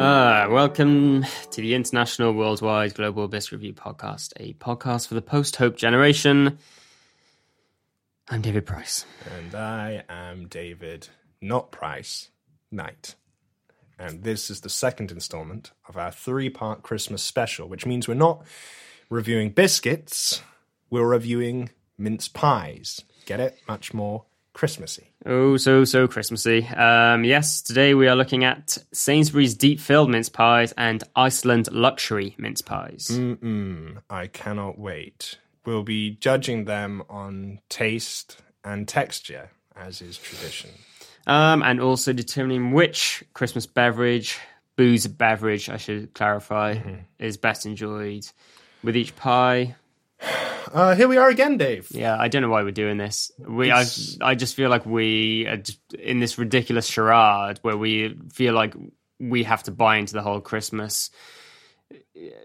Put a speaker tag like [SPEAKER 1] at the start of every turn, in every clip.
[SPEAKER 1] Uh, welcome to the International Worldwide Global Abyss Review Podcast, a podcast for the post hope generation. I'm David Price.
[SPEAKER 2] And I am David, not Price, Knight. And this is the second installment of our three part Christmas special, which means we're not reviewing biscuits, we're reviewing mince pies. Get it? Much more Christmassy.
[SPEAKER 1] Oh, so, so Christmassy. Um, yes, today we are looking at Sainsbury's deep filled mince pies and Iceland luxury mince pies.
[SPEAKER 2] Mm-mm, Um, I cannot wait. We'll be judging them on taste and texture, as is tradition.
[SPEAKER 1] Um, and also determining which Christmas beverage, booze beverage, I should clarify, is best enjoyed with each pie.
[SPEAKER 2] Uh, here we are again, Dave.
[SPEAKER 1] Yeah, I don't know why we're doing this. We, I, I just feel like we are just in this ridiculous charade where we feel like we have to buy into the whole Christmas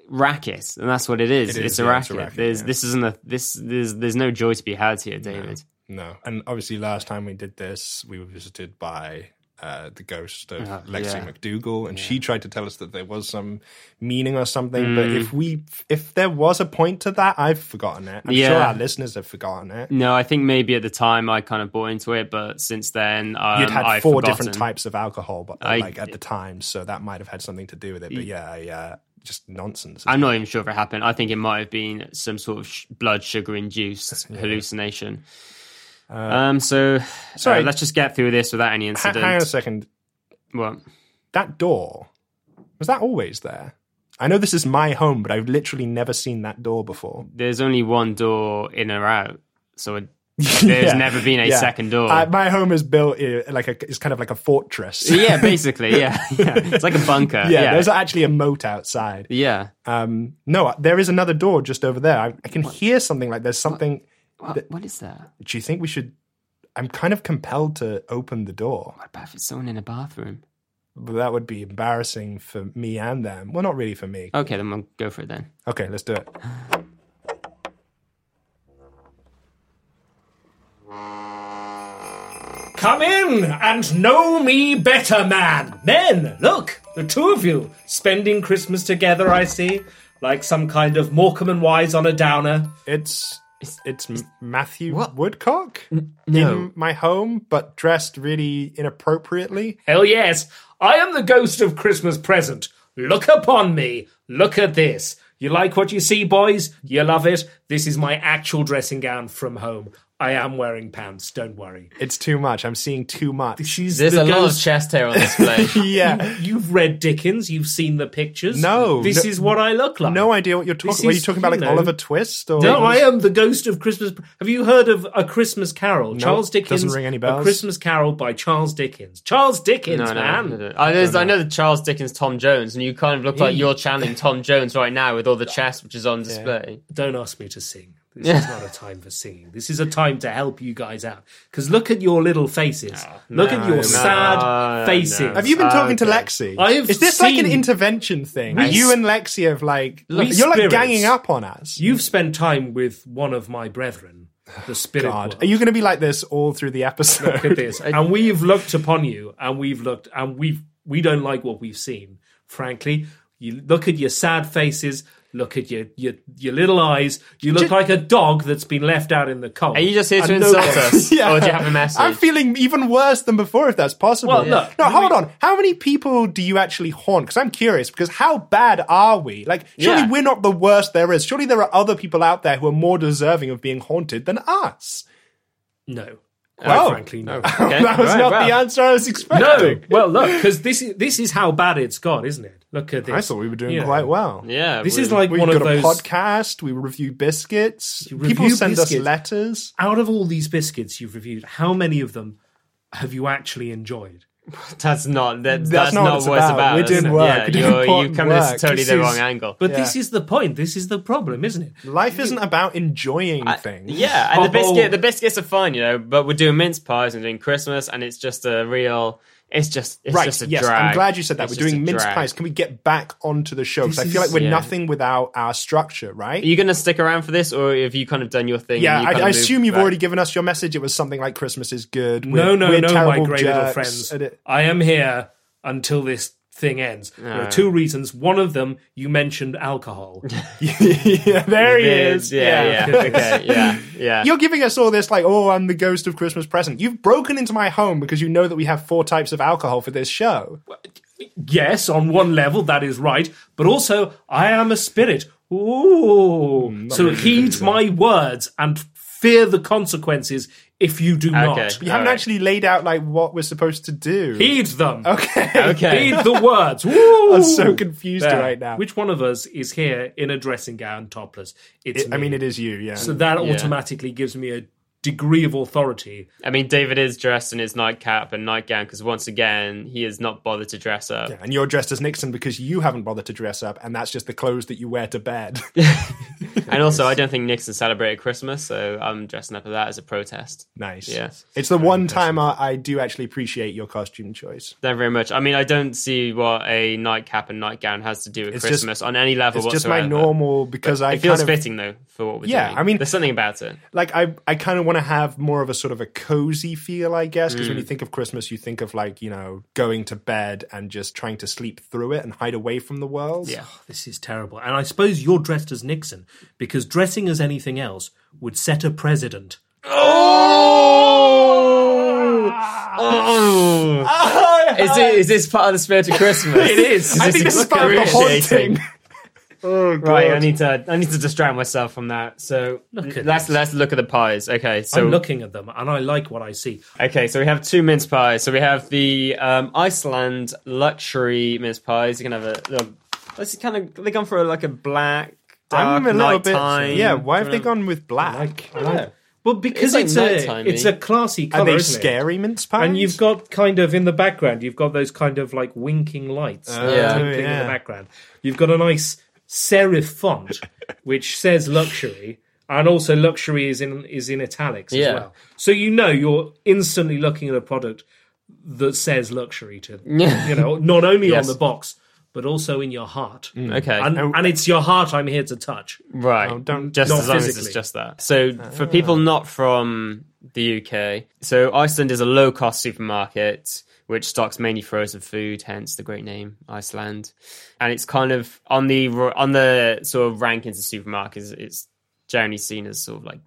[SPEAKER 1] racket, and that's what it is.
[SPEAKER 2] It is,
[SPEAKER 1] it's, a
[SPEAKER 2] yeah,
[SPEAKER 1] racket.
[SPEAKER 2] it's a racket,
[SPEAKER 1] There's
[SPEAKER 2] yeah.
[SPEAKER 1] this isn't a this there's there's no joy to be had here, David.
[SPEAKER 2] No, and obviously last time we did this, we were visited by uh, the ghost of Lexi
[SPEAKER 1] yeah. Mm.
[SPEAKER 2] McDougal, and she tried to tell us that there was some meaning or something. But if we, if there was a point to that, I've forgotten it. I'm sure
[SPEAKER 1] Yeah. Mm.
[SPEAKER 2] our listeners have forgotten it.
[SPEAKER 1] No, I think maybe at the time I kind of bought into it, but since then um,
[SPEAKER 2] You'd had
[SPEAKER 1] I've
[SPEAKER 2] 4
[SPEAKER 1] forgotten.
[SPEAKER 2] different types of alcohol, but
[SPEAKER 1] I-
[SPEAKER 2] like at the time, so that might have had something to do with it. But yeah, yeah, just nonsense.
[SPEAKER 1] I'm not even sure if it happened. I think it might have been some sort of sh- blood sugar induced hallucination.
[SPEAKER 2] Uh,
[SPEAKER 1] um, so,
[SPEAKER 2] sorry.
[SPEAKER 1] uh, let's just get through this without any
[SPEAKER 2] Ha-
[SPEAKER 1] incident.
[SPEAKER 2] hang on a second.
[SPEAKER 1] What?
[SPEAKER 2] That door was that always there? I know this is my home, but I've literally never seen that door before.
[SPEAKER 1] There's only one door in or out, so it, there's
[SPEAKER 2] Yeah,
[SPEAKER 1] never been a
[SPEAKER 2] yeah.
[SPEAKER 1] second door.
[SPEAKER 2] Uh, my home is built uh, like a, it's kind of like a fortress.
[SPEAKER 1] yeah, basically, yeah, yeah. It's like a bunker.
[SPEAKER 2] yeah,
[SPEAKER 1] Yeah, yeah.
[SPEAKER 2] There's actually a moat outside. Um, no, there is another door just over there. I, I can hear something like there's something.
[SPEAKER 1] What, what is that?
[SPEAKER 2] Do you think we should? I'm kind of compelled to open the door,
[SPEAKER 1] What about if it's someone in a bathroom?
[SPEAKER 2] but that would be embarrassing for me and them. Well, not really for me.
[SPEAKER 1] Okay, then we'll go for it then.
[SPEAKER 2] Okay, let's do it.
[SPEAKER 3] Come in and know me better, man. Men, look, the two of you spending Christmas together. I see, like some kind of Morecambe and Wise on a downer.
[SPEAKER 2] It's it's M- Matthew Woodcock
[SPEAKER 1] no.
[SPEAKER 2] in my home, but dressed really inappropriately.
[SPEAKER 3] Hell yes, I am the ghost of Christmas present. Look upon me. Look at this. You like what you see, boys? You love it. This is my actual dressing gown from home. I am wearing pants. Don't worry.
[SPEAKER 2] It's too much. I'm seeing too much.
[SPEAKER 3] She's
[SPEAKER 4] There's a
[SPEAKER 3] the
[SPEAKER 4] lot of
[SPEAKER 3] ghost.
[SPEAKER 4] chest hair on display.
[SPEAKER 2] Yeah.
[SPEAKER 3] You've read Dickens. You've seen the pictures.
[SPEAKER 2] No,
[SPEAKER 3] this
[SPEAKER 2] no-
[SPEAKER 3] is what I look like.
[SPEAKER 2] No idea what you're talking.
[SPEAKER 3] This
[SPEAKER 2] Were you
[SPEAKER 3] is,
[SPEAKER 2] talking about like
[SPEAKER 3] you know-
[SPEAKER 2] Oliver Twist or?
[SPEAKER 3] No, I am the ghost of Christmas. Have you heard of A Christmas Carol? Charles
[SPEAKER 2] doesn't
[SPEAKER 3] Dickens.
[SPEAKER 2] ring any
[SPEAKER 3] A
[SPEAKER 2] bells.
[SPEAKER 3] Christmas Carol by Charles Dickens. Charles Dickens,
[SPEAKER 4] No, no,
[SPEAKER 3] man.
[SPEAKER 4] no, no. I, there's- I know the Charles Dickens Tom Jones, and you kind of look like you're channeling Tom Jones right now with all the chest which is on display.
[SPEAKER 3] Don't ask me to sing. This is not a time for singing. This is a time to help you guys out. Because look at your little faces. look at your
[SPEAKER 1] no,
[SPEAKER 3] sad
[SPEAKER 1] no.
[SPEAKER 3] faces.
[SPEAKER 2] Have you been talking to Lexi?
[SPEAKER 3] I have
[SPEAKER 2] Is this like an
[SPEAKER 3] seen-
[SPEAKER 2] intervention thing?
[SPEAKER 3] We-
[SPEAKER 2] you and Lexi have like
[SPEAKER 3] Look,
[SPEAKER 2] you're like
[SPEAKER 3] spirits.
[SPEAKER 2] ganging up on us.
[SPEAKER 3] You've spent time with one of my brethren, the spirit.
[SPEAKER 2] God,
[SPEAKER 3] world.
[SPEAKER 2] are you going to be like this all through the episode?
[SPEAKER 3] look at this. And we've looked upon you, and we've looked, and we've we don't like what we've seen. Frankly, you look at your sad faces. Look at your your, your little eyes. You look like a dog that's been left out in the cold.
[SPEAKER 1] Are you just here to
[SPEAKER 3] And no
[SPEAKER 1] insult
[SPEAKER 3] one-
[SPEAKER 1] us, or do you have a message?
[SPEAKER 2] I'm feeling even worse than before, if that's possible.
[SPEAKER 3] Well, look,
[SPEAKER 2] no,
[SPEAKER 3] we-
[SPEAKER 2] hold on. How many people do you actually haunt? Because I'm curious. Because how bad are we? Like, surely
[SPEAKER 1] Yeah.
[SPEAKER 2] we're not the worst there is. Surely there are other people out there who are more deserving of being haunted than us.
[SPEAKER 3] No.
[SPEAKER 2] Well,
[SPEAKER 3] frankly, no.
[SPEAKER 2] that was
[SPEAKER 1] right,
[SPEAKER 2] not the
[SPEAKER 1] wow.
[SPEAKER 2] answer I was expecting.
[SPEAKER 3] No. Well, look, because this is this is how bad it's gone, isn't it? Look at this.
[SPEAKER 2] I thought we were doing
[SPEAKER 3] You know,
[SPEAKER 2] quite well.
[SPEAKER 1] Yeah,
[SPEAKER 3] This
[SPEAKER 1] we-
[SPEAKER 3] is like
[SPEAKER 2] We've
[SPEAKER 3] one
[SPEAKER 2] got
[SPEAKER 3] of
[SPEAKER 2] a
[SPEAKER 3] those.
[SPEAKER 2] podcast. We review biscuits.
[SPEAKER 3] You
[SPEAKER 2] People
[SPEAKER 3] review
[SPEAKER 2] send us
[SPEAKER 3] biscuits.
[SPEAKER 2] letters.
[SPEAKER 3] Out of all these biscuits you've reviewed, how many of them have you actually enjoyed?
[SPEAKER 1] that's not that, that's,
[SPEAKER 2] not
[SPEAKER 1] not,
[SPEAKER 2] what
[SPEAKER 1] what
[SPEAKER 2] it's
[SPEAKER 1] it's about.
[SPEAKER 2] about. We're
[SPEAKER 1] isn't
[SPEAKER 2] doing
[SPEAKER 1] it?
[SPEAKER 2] work. We're
[SPEAKER 1] Yeah,
[SPEAKER 2] doing
[SPEAKER 1] you're, you
[SPEAKER 2] important
[SPEAKER 1] come at this
[SPEAKER 2] work.
[SPEAKER 1] totally
[SPEAKER 2] This
[SPEAKER 1] the wrong
[SPEAKER 2] is-
[SPEAKER 1] angle.
[SPEAKER 3] But
[SPEAKER 2] Yeah.
[SPEAKER 3] this is the point. This is the problem, isn't it?
[SPEAKER 2] Life isn't about enjoying things.
[SPEAKER 1] yeah, and the
[SPEAKER 3] Oh.
[SPEAKER 1] biscuit the biscuits are fine, you know. But we're doing mince pies and doing Christmas, and it's just a real. It's just it's
[SPEAKER 2] Right.
[SPEAKER 1] just a
[SPEAKER 2] yes,
[SPEAKER 1] drag.
[SPEAKER 2] I'm glad you said that.
[SPEAKER 1] It's
[SPEAKER 2] We're
[SPEAKER 1] just
[SPEAKER 2] doing
[SPEAKER 1] a
[SPEAKER 2] mince
[SPEAKER 1] drag.
[SPEAKER 2] pies. Can we get back onto the show? Because I
[SPEAKER 3] This
[SPEAKER 2] feel like
[SPEAKER 3] is-
[SPEAKER 2] we're
[SPEAKER 1] yeah.
[SPEAKER 2] nothing without our structure, right?
[SPEAKER 1] Are you going to stick around for this, or have you kind of done your thing?
[SPEAKER 2] yeah,
[SPEAKER 1] and you
[SPEAKER 2] I,
[SPEAKER 1] kind
[SPEAKER 2] I
[SPEAKER 1] of
[SPEAKER 2] assume
[SPEAKER 1] moved
[SPEAKER 2] you've
[SPEAKER 1] back?
[SPEAKER 2] already given us your message. It was something like Christmas is good. We're,
[SPEAKER 3] No, no,
[SPEAKER 2] we're
[SPEAKER 3] no, my
[SPEAKER 2] terrible
[SPEAKER 3] great little
[SPEAKER 2] jerks.
[SPEAKER 3] friends.
[SPEAKER 2] And it-
[SPEAKER 3] I am here until this thing ends. There are
[SPEAKER 2] Ah.
[SPEAKER 3] two reasons. One of them, you mentioned alcohol.
[SPEAKER 2] yeah, there he is.
[SPEAKER 1] Yeah, yeah, yeah. okay, yeah, yeah.
[SPEAKER 2] You're giving us all this like, oh, I'm the ghost of Christmas present. You've broken into my home because you know that we have four types of alcohol for this show.
[SPEAKER 3] yes, on one level, that is right. But also, I am a spirit.
[SPEAKER 2] Hmm,
[SPEAKER 3] Ooh. So heed my words and fear the consequences if you do not.
[SPEAKER 2] You haven't
[SPEAKER 1] All right.
[SPEAKER 2] actually laid out like what we're supposed to do.
[SPEAKER 3] Heed them.
[SPEAKER 2] okay.
[SPEAKER 1] okay.
[SPEAKER 3] Heed the words. Woo!
[SPEAKER 2] I'm so confused
[SPEAKER 3] There.
[SPEAKER 2] right now.
[SPEAKER 3] Which one of us is here in a dressing gown, topless? It's
[SPEAKER 2] I mean, it is you. Yeah.
[SPEAKER 3] So that automatically gives me a degree of authority.
[SPEAKER 1] I mean, David is dressed in his nightcap and nightgown because once again he has not bothered to dress up.
[SPEAKER 2] and you're dressed as Nixon because you haven't bothered to dress up, and that's just the clothes that you wear to bed.
[SPEAKER 1] And also, I don't think Nixon celebrated Christmas, so I'm dressing up as that as a protest.
[SPEAKER 2] nice.
[SPEAKER 1] Yeah.
[SPEAKER 2] It's the one time I, I do actually appreciate your costume choice.
[SPEAKER 1] Thank you very much. I mean, I don't see what a nightcap and nightgown has to do with
[SPEAKER 2] It's just-
[SPEAKER 1] Christmas on any level
[SPEAKER 2] It's just
[SPEAKER 1] whatsoever.
[SPEAKER 2] my normal because I
[SPEAKER 1] It feels
[SPEAKER 2] kind of
[SPEAKER 1] fitting though for what we're
[SPEAKER 2] Yeah,
[SPEAKER 1] doing.
[SPEAKER 2] I mean-
[SPEAKER 1] there's something about it.
[SPEAKER 2] like I I kind of want to have more of a sort of a cozy feel, I guess, because
[SPEAKER 1] Mm.
[SPEAKER 2] when you think of Christmas, you think of like you know going to bed and just trying to sleep through it and hide away from the world.
[SPEAKER 3] Yeah, Oh, this is terrible. And I suppose you're dressed as Nixon because dressing as anything else would set a precedent.
[SPEAKER 1] Is, it, is this part of the spirit of Christmas? it
[SPEAKER 3] is.
[SPEAKER 2] I think this Oh. is part of the haunting. oh, God.
[SPEAKER 1] Right, I need to I need to distract myself from that. So
[SPEAKER 3] Look at
[SPEAKER 1] let's
[SPEAKER 3] this.
[SPEAKER 1] let's look at the pies. Okay, so
[SPEAKER 3] I'm looking at them and I like what I see.
[SPEAKER 1] Okay, so we have two mince pies. So we have the um, Iceland luxury mince pies. You can have a little. This is kind of they've gone for like a black. Dark,
[SPEAKER 2] I'm a little bit.
[SPEAKER 1] nighttime.
[SPEAKER 2] Yeah, why have
[SPEAKER 1] Do
[SPEAKER 2] they
[SPEAKER 1] you know-
[SPEAKER 2] gone with black?
[SPEAKER 3] Well, because
[SPEAKER 1] like
[SPEAKER 3] it's,
[SPEAKER 1] nighttime-y.
[SPEAKER 3] a it's a classy
[SPEAKER 2] Are
[SPEAKER 3] color.
[SPEAKER 2] they
[SPEAKER 3] isn't it?
[SPEAKER 2] scary mince pies?
[SPEAKER 3] And you've got kind of in the background, you've got those kind of like winking lights that are
[SPEAKER 1] Oh, Yeah.
[SPEAKER 3] twinkling in
[SPEAKER 2] yeah.
[SPEAKER 3] the background. You've got a nice serif font which says luxury, and also luxury is in is in italics as
[SPEAKER 1] Yeah.
[SPEAKER 3] well. So you know you're instantly looking at a product that says luxury to you know not only
[SPEAKER 1] Yes. Mm.
[SPEAKER 3] on the box but also in your heart.
[SPEAKER 1] Okay,
[SPEAKER 3] And, and it's your heart I'm here to touch.
[SPEAKER 1] right.
[SPEAKER 2] Oh, don't- Ah.
[SPEAKER 1] just
[SPEAKER 3] not
[SPEAKER 1] as long as
[SPEAKER 3] physically.
[SPEAKER 1] it's just that. So for people not from the UK, so Iceland is a low cost supermarket which stocks mainly frozen food, hence the great name Iceland. And it's kind of on the on the sort of rankings of supermarkets. It's generally seen as sort of like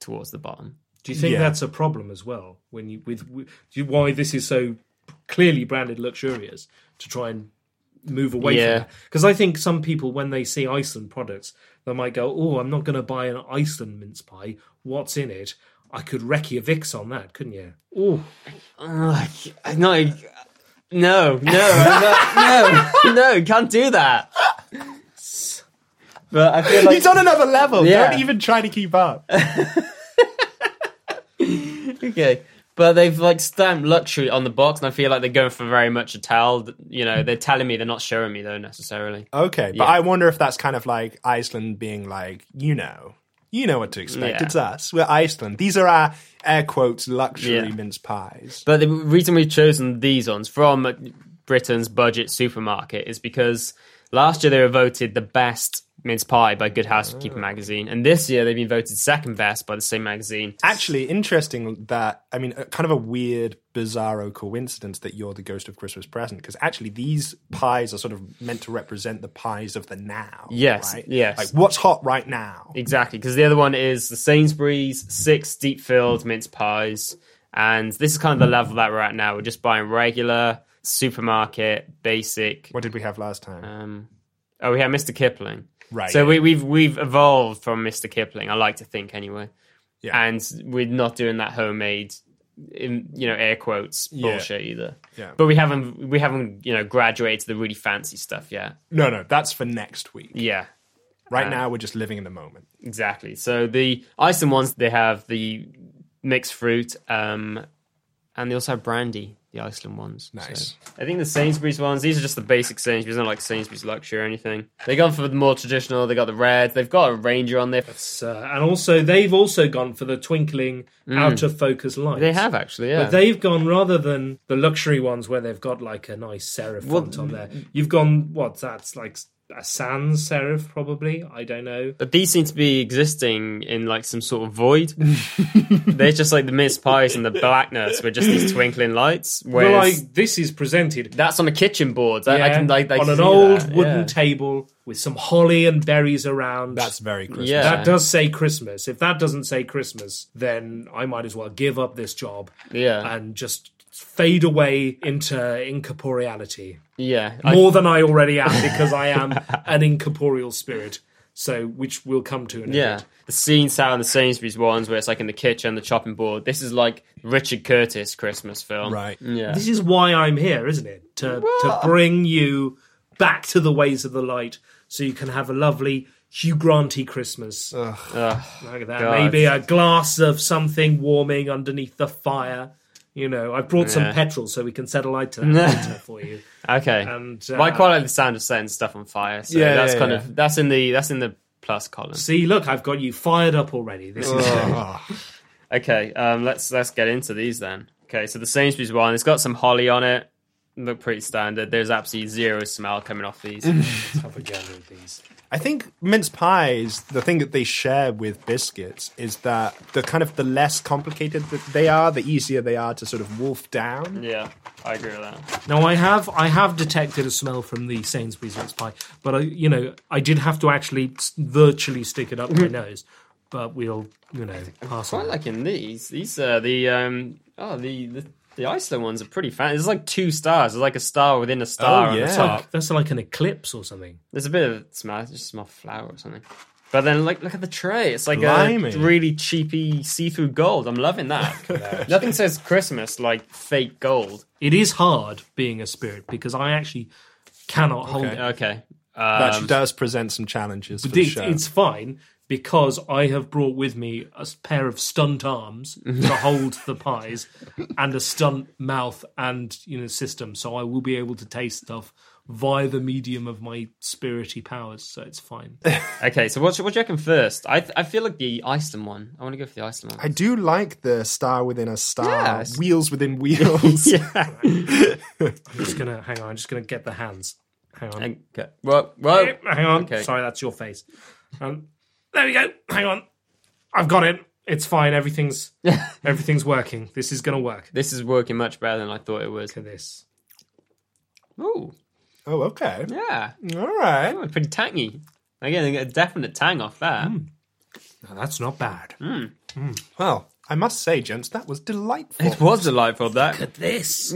[SPEAKER 1] towards the bottom.
[SPEAKER 3] Do you think
[SPEAKER 2] Yeah.
[SPEAKER 3] that's a problem as well? When you with, with do you, why this is so clearly branded luxurious to try and move away
[SPEAKER 1] Yeah.
[SPEAKER 3] from that? Because I think some people when they see Iceland products, they might go, "Oh, I'm not going to buy an Iceland mince pie. What's in it?" I could wreck your Vicks on that, couldn't you? Oh,
[SPEAKER 1] Ugh, I'm not. No, no, I'm not- no, no, can't do that. But I feel like
[SPEAKER 2] He's on another level.
[SPEAKER 1] Yeah.
[SPEAKER 2] Don't even try to keep up.
[SPEAKER 1] okay. But they've like stamped luxury on the box, and I feel like they're going for very much a towel. You know, they're telling me they're not showing me though necessarily.
[SPEAKER 2] Okay, but I wonder if that's kind of like Iceland being like, you know, You know what to expect.
[SPEAKER 1] Yeah.
[SPEAKER 2] It's us. We're Iceland. These are our air quotes luxury
[SPEAKER 1] Yeah.
[SPEAKER 2] mince pies.
[SPEAKER 1] But the reason we've chosen these ones from Britain's budget supermarket is because last year they were voted the best mince pie by Good Housekeeping magazine, and this year they've been voted second best by the same magazine.
[SPEAKER 2] Actually, interesting that I mean, uh, kind of a weird, bizarro coincidence that you're the ghost of Christmas present because actually these pies are sort of meant to represent the pies of the now.
[SPEAKER 1] Yes,
[SPEAKER 2] right?
[SPEAKER 1] yes.
[SPEAKER 2] Like what's hot right now.
[SPEAKER 1] Exactly, because the other one is the Sainsbury's six deep filled mince pies, and this is kind of the level that we're at now. We're just buying regular supermarket basic.
[SPEAKER 2] What did we have last time?
[SPEAKER 1] Um, oh, we had Mr. Kipling.
[SPEAKER 2] Right,
[SPEAKER 1] So
[SPEAKER 2] yeah.
[SPEAKER 1] we, we've we've evolved from Mr. Kipling. I like to think anyway.
[SPEAKER 2] Yeah.
[SPEAKER 1] And we're not doing that homemade, in, you know, air quotes bullshit either.
[SPEAKER 2] Yeah.
[SPEAKER 1] But we haven't we haven't you know graduated to the really fancy stuff yet.
[SPEAKER 2] no, no, that's for next week.
[SPEAKER 1] Yeah.
[SPEAKER 2] Right now, we're just living in the moment.
[SPEAKER 1] Exactly. So the Iceland ones they have the mixed fruit, um, and they also have brandy. The Iceland ones.
[SPEAKER 2] Nice.
[SPEAKER 1] So I think the Sainsbury's ones. These are just the basic Sainsbury's, not like Sainsbury's luxury or anything. They gone for the more traditional. They got the red. They've got a ranger on there.
[SPEAKER 3] So, uh, and also, they've also gone for the twinkling out of focus lights.
[SPEAKER 1] Mm. They have actually. Yeah.
[SPEAKER 3] But they've gone rather than the luxury ones where they've got like a nice serif font on
[SPEAKER 1] mm,
[SPEAKER 3] there. You've gone what? That's like a sans serif, probably. I don't know.
[SPEAKER 1] But these seem to be existing in like some sort of void. They're just like the mince pies and the blackness with just these twinkling lights.
[SPEAKER 3] Well,
[SPEAKER 1] Whereas
[SPEAKER 3] like this is presented
[SPEAKER 1] that's on a kitchen board. I, I
[SPEAKER 3] yeah,
[SPEAKER 1] can like, I
[SPEAKER 3] on
[SPEAKER 1] can
[SPEAKER 3] an
[SPEAKER 1] see
[SPEAKER 3] old
[SPEAKER 1] that,
[SPEAKER 3] wooden
[SPEAKER 1] yeah.
[SPEAKER 3] table with some holly and berries around.
[SPEAKER 2] That's very Christmas.
[SPEAKER 1] Yeah.
[SPEAKER 3] that does say Christmas. If that doesn't say Christmas, then I might as well give up this job
[SPEAKER 1] Yeah.
[SPEAKER 3] and just fade away into incorporeality.
[SPEAKER 1] yeah. I-
[SPEAKER 3] more than I already am because I am an incorporeal spirit. So, which we'll come to in a
[SPEAKER 1] Yeah.
[SPEAKER 3] minute.
[SPEAKER 1] The scene sound, the Sainsbury's ones where it's like in the kitchen, the chopping board. This is like Richard Curtis Christmas film.
[SPEAKER 2] Right.
[SPEAKER 1] Yeah.
[SPEAKER 3] This is why I'm here, isn't it? To to
[SPEAKER 1] uh,
[SPEAKER 3] bring you back to the ways of the light, so you can have a lovely Hugh Granty Christmas. Look at that. Maybe a glass of something warming underneath the fire. You know, I brought some petrol so we can set a light to that later for you.
[SPEAKER 1] Okay.
[SPEAKER 3] And,
[SPEAKER 1] But I
[SPEAKER 3] uh,
[SPEAKER 1] quite like the sound of setting stuff on fire. So
[SPEAKER 2] Yeah,
[SPEAKER 1] that's
[SPEAKER 2] yeah,
[SPEAKER 1] kind
[SPEAKER 2] yeah.
[SPEAKER 1] of that's in the that's in the plus column.
[SPEAKER 3] See, look, I've got you fired up already. This is
[SPEAKER 1] Okay, um, let's let's get into these then. Okay, so the Sainsbury's one, it's got some holly on it. Look pretty standard. There's absolutely zero smell coming off these.
[SPEAKER 3] up again with these.
[SPEAKER 2] I think mince pies, the thing that they share with biscuits is that the kind of the less complicated that they are, the easier they are to sort of wolf down.
[SPEAKER 1] yeah, I agree with that.
[SPEAKER 3] Now I have I have detected a smell from the Sainsbury's mince pie, but I you know I did have to actually s- virtually stick it up my nose. But we'll you know pass
[SPEAKER 1] Quite
[SPEAKER 3] on.
[SPEAKER 1] liking these. These are the um oh the the, the Iceland ones are pretty fancy. There's like two stars. There's like a star within a star
[SPEAKER 2] Oh,
[SPEAKER 1] on the
[SPEAKER 2] yeah.
[SPEAKER 1] top.
[SPEAKER 3] That's like an eclipse or something.
[SPEAKER 1] There's a bit of smell. It just smell flour or something. But then like look at the tray. It's like
[SPEAKER 2] Blimey.
[SPEAKER 1] a really cheapy see-through gold. I'm loving that. Nothing says Christmas like fake gold.
[SPEAKER 3] It is hard being a spirit because I actually cannot hold
[SPEAKER 2] Okay.
[SPEAKER 3] it.
[SPEAKER 1] Okay. Um,
[SPEAKER 2] That does present some challenges for the
[SPEAKER 3] It-
[SPEAKER 2] show.
[SPEAKER 3] It's fine because I have brought with me a s- pair of stunt arms to hold the pies and a stunt mouth and you know system, so I will be able to taste stuff via the medium of my spirity powers. So it's fine.
[SPEAKER 1] Okay, so what, what do you reckon first? I, th- I feel like the Iceland one. I want to go for the Iceland
[SPEAKER 2] I
[SPEAKER 1] one.
[SPEAKER 2] do like the star within a star,
[SPEAKER 1] Yes.
[SPEAKER 2] wheels within wheels.
[SPEAKER 3] just gonna hang on. I'm just gonna get the hands. Hang on.
[SPEAKER 1] Okay. Well, well,
[SPEAKER 3] Hang on.
[SPEAKER 1] Okay.
[SPEAKER 3] Sorry, that's your face. Um, there we go. Hang on. I've got it. It's fine. Everything's everything's working. This is gonna work.
[SPEAKER 1] this is working much better than I thought it was.
[SPEAKER 3] To this.
[SPEAKER 1] Ooh,
[SPEAKER 2] Oh, okay.
[SPEAKER 1] yeah.
[SPEAKER 2] All right.
[SPEAKER 1] Oh, pretty tangy. Again, I get a definite tang off that.
[SPEAKER 3] Now, that's not bad.
[SPEAKER 2] Well, I must say, gents, that was delightful.
[SPEAKER 1] It was delightful, that.
[SPEAKER 3] This.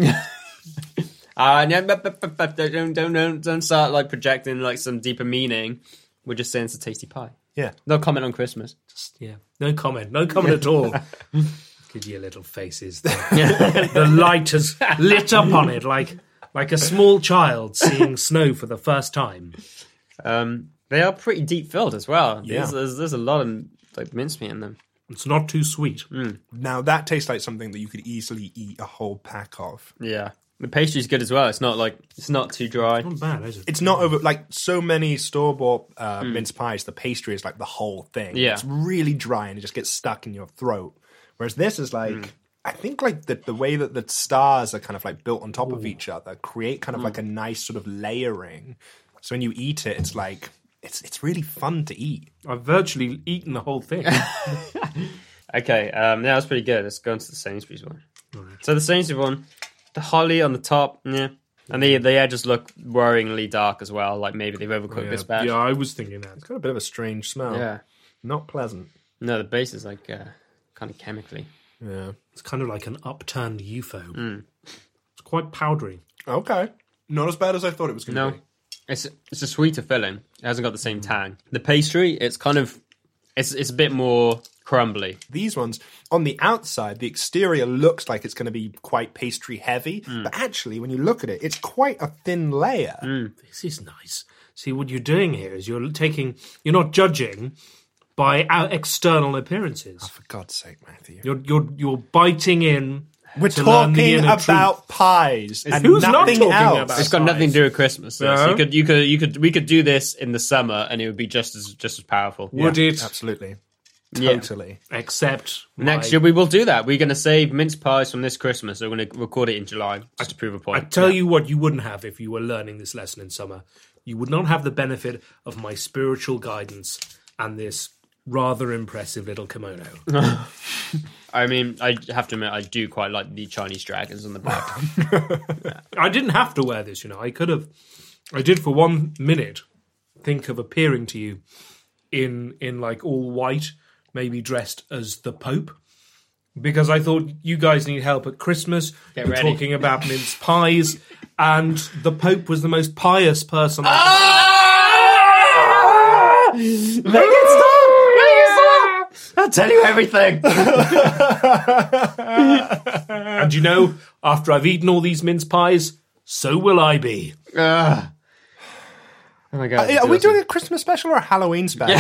[SPEAKER 1] Uh, no, but, but, but, but don't, don't, don't, don't start like projecting like some deeper meaning. We're just saying it's a tasty pie.
[SPEAKER 2] Yeah.
[SPEAKER 1] No comment on Christmas.
[SPEAKER 3] Yeah. No comment. No comment at all. Look at your little faces. The, the light has lit up on it like like a small child seeing snow for the first time.
[SPEAKER 1] Um, they are pretty deep filled as well.
[SPEAKER 2] Yeah.
[SPEAKER 1] There's, there's, there's a lot of like mincemeat in them.
[SPEAKER 3] It's not too sweet.
[SPEAKER 2] Now that tastes like something that you could easily eat a whole pack of.
[SPEAKER 1] Yeah. The pastry's good as well. It's not like it's not too dry.
[SPEAKER 3] Not bad, is it?
[SPEAKER 2] It's
[SPEAKER 1] Mm.
[SPEAKER 2] not over like so many store bought uh, mince pies. The pastry is like the whole thing.
[SPEAKER 1] Yeah.
[SPEAKER 2] it's really dry and it just gets stuck in your throat. Whereas this is like.
[SPEAKER 1] Mm.
[SPEAKER 2] I think like the, the way that the stars are kind of like built on top of each other create
[SPEAKER 1] Mm.
[SPEAKER 2] kind of like a nice sort of layering. So when you eat it, it's like it's it's really fun to eat.
[SPEAKER 3] I've virtually eaten the whole thing.
[SPEAKER 1] Okay, um, yeah, that's pretty good. Let's go into the Sainsbury's one. So the Sainsbury's one, the holly on the top, yeah, and the the edges look worryingly dark as well. Like maybe they've overcooked this
[SPEAKER 3] yeah,
[SPEAKER 1] batch.
[SPEAKER 3] yeah,
[SPEAKER 1] Oh, Yeah.
[SPEAKER 3] I was thinking that.
[SPEAKER 2] It's got a bit of a strange smell. not pleasant.
[SPEAKER 1] Oh. No, the base is like uh, kind of chemically.
[SPEAKER 2] Yeah.
[SPEAKER 3] It's kind of like an upturned UFO. It's quite powdery.
[SPEAKER 2] Okay. Not as bad as I thought it was going to
[SPEAKER 1] No,
[SPEAKER 2] be.
[SPEAKER 1] it's it's a sweeter filling. It hasn't got the same tang. The pastry, it's kind of it's it's a bit more crumbly.
[SPEAKER 2] These ones, on the outside, the exterior looks like it's going to be quite pastry heavy,
[SPEAKER 3] Mm.
[SPEAKER 2] but actually, when you look at it, it's quite a thin layer.
[SPEAKER 3] This is nice. See, what you're doing here is you're taking, you're not judging by our external appearances.
[SPEAKER 2] For God's sake, Matthew.
[SPEAKER 3] You're you're you're biting in.
[SPEAKER 2] We're
[SPEAKER 3] to learn the
[SPEAKER 2] talking
[SPEAKER 3] inner
[SPEAKER 2] about pies and
[SPEAKER 3] Who's not
[SPEAKER 2] nothing
[SPEAKER 3] talking
[SPEAKER 2] else.
[SPEAKER 3] about
[SPEAKER 1] It's got
[SPEAKER 3] Size.
[SPEAKER 1] nothing to do with Christmas. though. So
[SPEAKER 3] No.
[SPEAKER 1] you could you could you could we could do this in the summer and it would be just as just as powerful.
[SPEAKER 3] truth. Would it?
[SPEAKER 2] Absolutely.
[SPEAKER 1] Yeah.
[SPEAKER 2] Totally.
[SPEAKER 3] Except
[SPEAKER 1] Next
[SPEAKER 3] my-
[SPEAKER 1] year we will do that. We're going to save mince pies from this Christmas. We're going to record it in July just to prove a
[SPEAKER 3] I
[SPEAKER 1] point.
[SPEAKER 3] tell you what, you wouldn't have if you were learning this lesson in summer. You would not have the benefit of my spiritual guidance and this rather impressive little kimono.
[SPEAKER 1] I mean, I have to admit, I do quite like the Chinese dragons on the back.
[SPEAKER 3] I didn't have to wear this, you know. I could have. I did for one minute think of appearing to you in in like all white, maybe dressed as the Pope, because I thought you guys need help at Christmas. You're
[SPEAKER 1] ready.
[SPEAKER 3] talking about mince pies, and the Pope was the most pious person.
[SPEAKER 1] Ah! I'll tell you everything.
[SPEAKER 3] And you know, after I've eaten all these mince pies, so will I be.
[SPEAKER 1] Ah. Oh my god!
[SPEAKER 2] Uh, Are we doing a Christmas special or a Halloween special?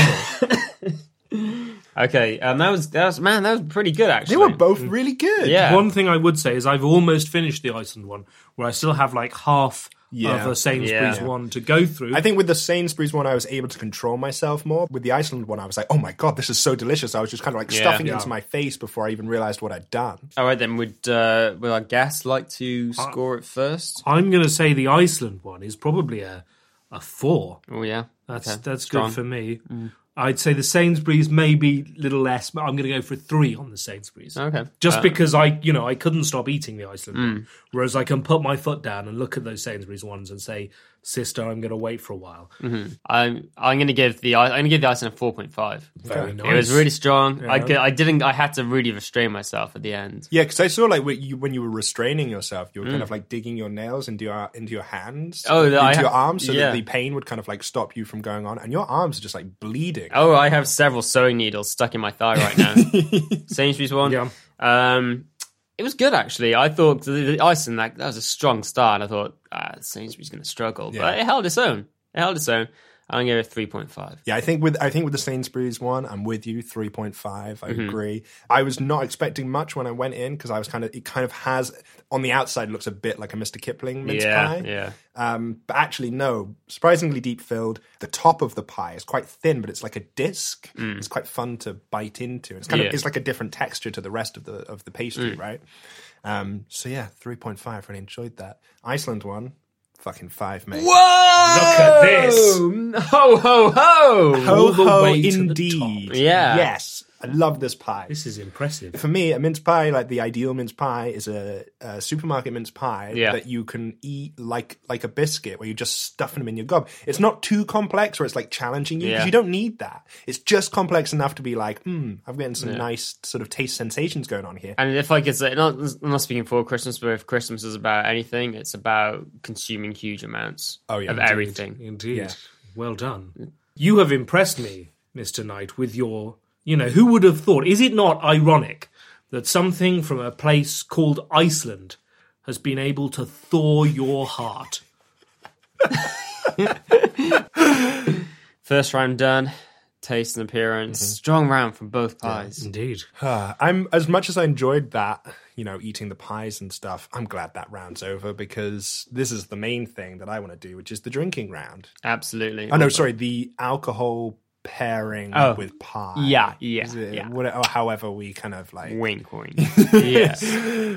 [SPEAKER 1] Okay, um, that was that was man, that was pretty good actually.
[SPEAKER 2] They were both
[SPEAKER 3] Mm.
[SPEAKER 2] really good.
[SPEAKER 1] yeah.
[SPEAKER 3] One thing I would say is I've almost finished the Iceland one, where I still have like half
[SPEAKER 2] Yeah.
[SPEAKER 3] of a Sainsbury's
[SPEAKER 1] Yeah.
[SPEAKER 3] one to go through.
[SPEAKER 2] I think with the Sainsbury's one, I was able to control myself more. With the Iceland one, I was like, oh my God, this is so delicious. I was just kind of like
[SPEAKER 1] Yeah.
[SPEAKER 2] stuffing it
[SPEAKER 1] Yeah.
[SPEAKER 2] into my face before I even realized what I'd done.
[SPEAKER 1] All right, then would uh, would our guest like to
[SPEAKER 3] Uh,
[SPEAKER 1] score it first?
[SPEAKER 3] I'm going to say the Iceland one is probably a a four.
[SPEAKER 1] Oh yeah,
[SPEAKER 3] That's
[SPEAKER 1] Okay,
[SPEAKER 3] that's
[SPEAKER 1] strong. Mm.
[SPEAKER 3] good for me. I'd say the Sainsbury's maybe a little less, but I'm going to go for a three on the Sainsbury's.
[SPEAKER 1] Okay.
[SPEAKER 3] Just
[SPEAKER 1] Uh, Mm.
[SPEAKER 3] because I, you know, I couldn't stop eating the Iceland one, whereas I can put my foot down and look at those Sainsbury's ones and say, "Sister, I'm going to wait for a while."
[SPEAKER 1] I'm I'm gonna give the I- I'm gonna give the Iceland a four point five.
[SPEAKER 3] Very nice.
[SPEAKER 1] It was really strong. I g- I didn't. I had to really restrain myself at the end.
[SPEAKER 2] Yeah, because I saw like when you, when you were restraining yourself, you were kind of like digging your nails into your into your hands,
[SPEAKER 1] Mm. Oh,
[SPEAKER 2] into
[SPEAKER 1] that I
[SPEAKER 2] your
[SPEAKER 1] ha-
[SPEAKER 2] arms, so
[SPEAKER 1] yeah.
[SPEAKER 2] that the pain would kind of like stop you from going on, and your arms are just like bleeding.
[SPEAKER 1] Oh, I have several sewing needles stuck in my thigh right now. Sainsbury's one.
[SPEAKER 3] Yeah.
[SPEAKER 1] Um, it was good actually. I thought the, the Iceland that that was a strong start. I thought ah, Sainsbury's gonna struggle, but it held its own. It held its own. I'm gonna give it three point five.
[SPEAKER 2] Yeah, I think with I think with the Sainsbury's one, I'm with you. Three point five, I
[SPEAKER 1] Mm-hmm.
[SPEAKER 2] agree. I was not expecting much when I went in because I was kind of it kind of has on the outside looks a bit like a Mr. Kipling mince
[SPEAKER 1] Yeah,
[SPEAKER 2] pie.
[SPEAKER 1] yeah.
[SPEAKER 2] Um, but actually, no, surprisingly deep filled. The top of the pie is quite thin, but it's like a disc.
[SPEAKER 3] Mm.
[SPEAKER 2] It's quite fun to bite into. It's kind
[SPEAKER 1] Yeah.
[SPEAKER 2] of it's like a different texture to the rest of the of the pastry,
[SPEAKER 3] Mm.
[SPEAKER 2] right? Um, so yeah, three point five. Really enjoyed that Iceland one. Fucking five, mate.
[SPEAKER 3] Look at this.
[SPEAKER 1] Ho ho ho!
[SPEAKER 2] Ho,
[SPEAKER 3] All the
[SPEAKER 2] ho,
[SPEAKER 3] way to the
[SPEAKER 2] indeed.
[SPEAKER 3] top.
[SPEAKER 1] Yeah.
[SPEAKER 2] Yes, I love this pie.
[SPEAKER 3] This is impressive.
[SPEAKER 2] for me, a mince pie, like the ideal mince pie, is a, a supermarket mince pie
[SPEAKER 1] Yeah.
[SPEAKER 2] that you can eat like like a biscuit, where you're just stuffing them in your gob. It's not too complex, or it's like challenging you because
[SPEAKER 1] Yeah.
[SPEAKER 2] you don't need that. It's just complex enough to be like, hmm, I'm getting some nice sort of taste sensations going on here.
[SPEAKER 1] And if I could say, not, I'm not speaking for Christmas, but if Christmas is about anything, it's about consuming huge amounts
[SPEAKER 2] Oh, yeah,
[SPEAKER 1] of
[SPEAKER 2] indeed.
[SPEAKER 1] everything.
[SPEAKER 3] Indeed.
[SPEAKER 2] Yeah.
[SPEAKER 3] Well done. You have impressed me, Mr. Knight, with your, you know, who would have thought? Is it not ironic that something from a place called Iceland has been able to thaw your heart?
[SPEAKER 1] First round done. taste and appearance. Strong round from both pies.
[SPEAKER 3] Indeed.
[SPEAKER 2] I'm as much as I enjoyed that, you know, eating the pies and stuff. I'm glad that round's over because this is the main thing that I want to do, which is the drinking round.
[SPEAKER 1] Absolutely.
[SPEAKER 2] Oh no, sorry, the alcohol pairing
[SPEAKER 1] Oh.
[SPEAKER 2] with pie.
[SPEAKER 1] Yeah, yeah,
[SPEAKER 2] Is it-
[SPEAKER 1] yeah.
[SPEAKER 2] what- or however we kind of like
[SPEAKER 1] Wink, wink. yes.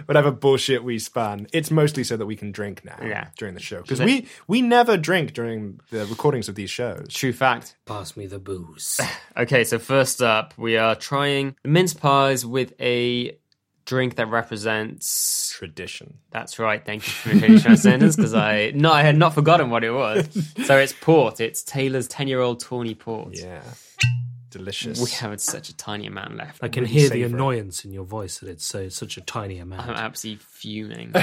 [SPEAKER 2] whatever bullshit we spun. It's mostly so that we can drink now
[SPEAKER 1] Yeah.
[SPEAKER 2] during the show because we we never drink during the recordings of these shows.
[SPEAKER 1] True fact.
[SPEAKER 3] Pass me the booze.
[SPEAKER 1] Okay, so first up, we are trying the mince pies with a drink that represents.
[SPEAKER 2] Tradition.
[SPEAKER 1] That's right. Thank you for finishing my sentence because I no, I had not forgotten what it was. So it's port. It's Taylor's ten-year-old tawny port.
[SPEAKER 2] Yeah. Delicious.
[SPEAKER 1] We have such a tiny amount left.
[SPEAKER 3] I can
[SPEAKER 2] Really
[SPEAKER 3] hear
[SPEAKER 2] savor it.
[SPEAKER 3] the annoyance in your voice that it's so such a tiny amount.
[SPEAKER 1] I'm absolutely fuming.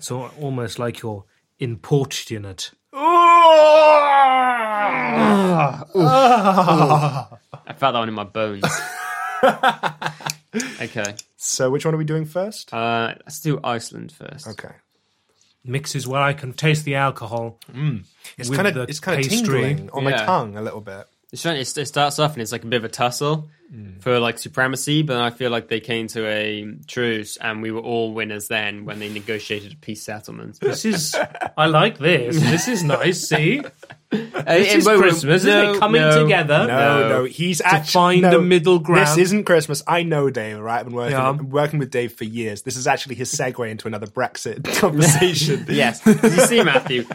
[SPEAKER 3] so almost like you're importunate.
[SPEAKER 1] I felt that one in my bones. okay,
[SPEAKER 2] So which one are we doing first?
[SPEAKER 1] uh, let's do Iceland first.
[SPEAKER 2] okay.
[SPEAKER 3] Mixes where I can taste the alcohol.
[SPEAKER 2] It's
[SPEAKER 3] with
[SPEAKER 2] kind
[SPEAKER 3] the
[SPEAKER 2] of it's kind of
[SPEAKER 3] pastry.
[SPEAKER 2] tingling on my
[SPEAKER 1] Yeah.
[SPEAKER 2] tongue a little bit.
[SPEAKER 1] It's funny, it's- It starts off and it's like a bit of a tussle
[SPEAKER 3] Mm.
[SPEAKER 1] for like supremacy, but I feel like they came to a truce and we were all winners then when they negotiated a peace settlement. And-
[SPEAKER 3] This is I like this. This is nice. See,
[SPEAKER 1] and-
[SPEAKER 3] is
[SPEAKER 1] wait, wait,
[SPEAKER 3] Christmas, isn't it? Coming together.
[SPEAKER 2] No, no,
[SPEAKER 1] No.
[SPEAKER 2] he's actually
[SPEAKER 3] Oh, find
[SPEAKER 2] no,
[SPEAKER 3] the middle
[SPEAKER 2] This
[SPEAKER 3] ground.
[SPEAKER 2] isn't Christmas. I know Dave, right? I've been working,
[SPEAKER 3] Yeah.
[SPEAKER 2] I'm working with Dave for years. This is actually his segue into another Brexit conversation.
[SPEAKER 1] Yes, 'Cause you see, Matthew,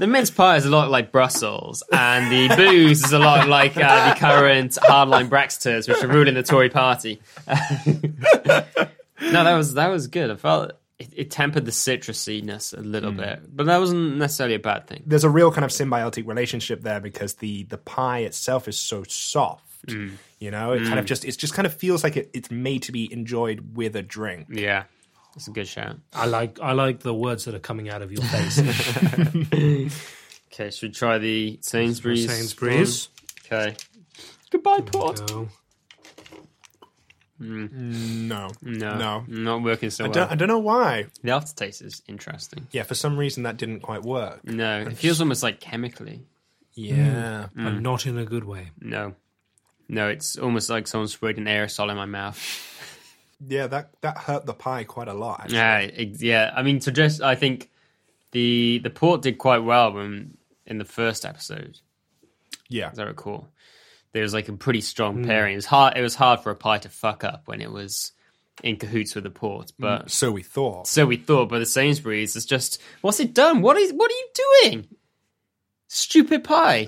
[SPEAKER 1] the mince pie is a lot like Brussels, and the booze is a lot like uh, the current hardline Brexiters, which are ruling the Tory party. no, that was that was good. I felt it, it tempered the citrusiness a little bit, but that wasn't necessarily a bad thing.
[SPEAKER 2] There's a real kind of symbiotic relationship there because the the pie itself is so soft. You know, it kind of just it just kind of feels like it, it's made to be enjoyed with a drink.
[SPEAKER 1] Yeah, it's a good shout.
[SPEAKER 3] I like I like the words that are coming out of your face.
[SPEAKER 1] Okay, should we try the Sainsbury's?
[SPEAKER 3] Sainsbury's.
[SPEAKER 1] one? Okay. Goodbye, port.
[SPEAKER 3] No.
[SPEAKER 2] No,
[SPEAKER 1] No,
[SPEAKER 2] no.
[SPEAKER 1] not working so
[SPEAKER 2] I
[SPEAKER 1] well.
[SPEAKER 2] don't, I don't know why.
[SPEAKER 1] The aftertaste is interesting.
[SPEAKER 2] Yeah, for some reason that didn't quite work.
[SPEAKER 1] No, it feels almost like chemically.
[SPEAKER 2] Yeah,
[SPEAKER 3] But not in a good way.
[SPEAKER 1] No. No, it's almost like someone sprayed an aerosol in my mouth.
[SPEAKER 2] yeah, that that hurt the pie quite a lot. actually.
[SPEAKER 1] Yeah, ex- yeah. I mean, to just I think the the port did quite well when in the first episode,
[SPEAKER 2] Yeah,
[SPEAKER 1] as I recall. There was like a pretty
[SPEAKER 3] Hmm.
[SPEAKER 1] strong pairing. It was hard. It was hard for a pie to fuck up when it was in cahoots with the port,
[SPEAKER 3] Hmm.
[SPEAKER 1] but
[SPEAKER 2] so we thought.
[SPEAKER 1] so we thought. But the Sainsbury's is just what's it done? What is what are you doing? Stupid pie.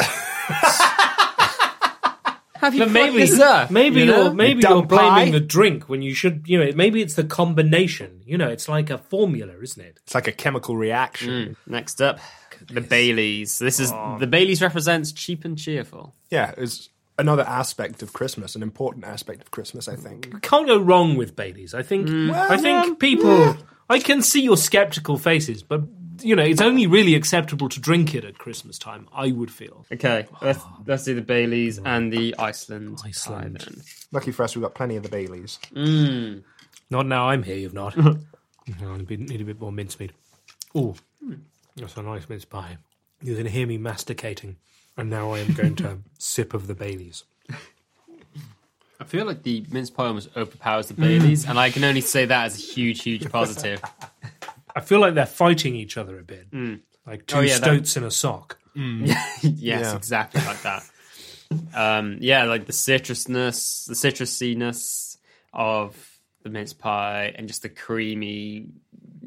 [SPEAKER 1] Have you
[SPEAKER 3] But
[SPEAKER 1] fucked
[SPEAKER 3] maybe
[SPEAKER 1] this up?
[SPEAKER 3] maybe
[SPEAKER 1] you
[SPEAKER 3] you
[SPEAKER 1] know?
[SPEAKER 3] are maybe
[SPEAKER 2] Dumb
[SPEAKER 3] you're blaming
[SPEAKER 2] pie.
[SPEAKER 3] the drink when you should. You know, maybe it's the combination. You know, it's like a formula, isn't it?
[SPEAKER 2] It's like a chemical reaction.
[SPEAKER 1] Next up, the Baileys. This is the Baileys represents cheap and cheerful.
[SPEAKER 2] Yeah, it's another aspect of Christmas, an important aspect of Christmas, I think.
[SPEAKER 3] can't go wrong with Baileys. I think
[SPEAKER 2] Mm.
[SPEAKER 3] I
[SPEAKER 2] um,
[SPEAKER 3] think people I can see your skeptical faces, but you know, it's only really acceptable to drink it at Christmas time, I would feel.
[SPEAKER 1] Okay, let's let's do the Baileys and the Iceland.
[SPEAKER 3] Iceland.
[SPEAKER 1] pie then.
[SPEAKER 2] Lucky for us, we've got plenty of the Baileys.
[SPEAKER 1] Mm.
[SPEAKER 3] Not now I'm here, you've not. No, I need a bit- need a bit more mincemeat. Ooh. That's a nice mince pie. You can hear me masticating. And now I am going to sip of the Baileys.
[SPEAKER 1] I feel like the mince pie almost overpowers the Baileys, and I can only say that as a huge, huge positive.
[SPEAKER 3] I feel like they're fighting each other a bit. Like two
[SPEAKER 1] Oh, yeah, that-
[SPEAKER 3] stoats in a sock.
[SPEAKER 1] yes,
[SPEAKER 2] Yeah.
[SPEAKER 1] exactly like that. Um, yeah, like the citrusness, the citrusiness of the mince pie, and just the creamy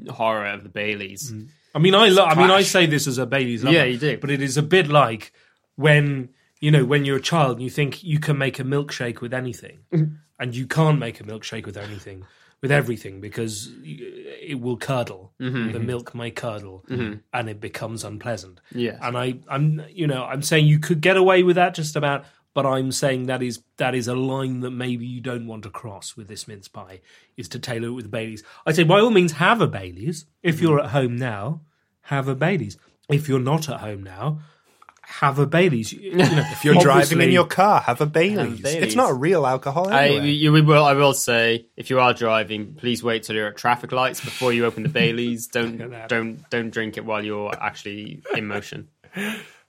[SPEAKER 1] horror of the Baileys.
[SPEAKER 3] I mean, I lo- I mean, I say this as a Bailey's lover.
[SPEAKER 1] Yeah, you do.
[SPEAKER 3] But it is a bit like when you know when you're a child and you think you can make a milkshake with anything, and you can't make a milkshake with anything with everything because y- it will curdle.
[SPEAKER 2] Mm-hmm.
[SPEAKER 3] The milk may curdle, and it becomes unpleasant.
[SPEAKER 1] Yes.
[SPEAKER 3] And I, I'm, you know, I'm saying you could get away with that just about. But I'm saying that is that is a line that maybe you don't want to cross with this mince pie is to tailor it with Baileys. I say by all means have a Baileys if
[SPEAKER 2] Mm-hmm.
[SPEAKER 3] you're at home now have a Bailey's. If you're not at home now, have a Bailey's. You- you know,
[SPEAKER 2] If you're driving in your car, have a Baileys.
[SPEAKER 1] Baileys.
[SPEAKER 2] It's not a real alcohol
[SPEAKER 1] I,
[SPEAKER 2] anyway.
[SPEAKER 1] you, we will, I will say, if you are driving, please wait till you're at traffic lights before you open the Baileys. Don't, don't, don't drink it while you're actually in motion.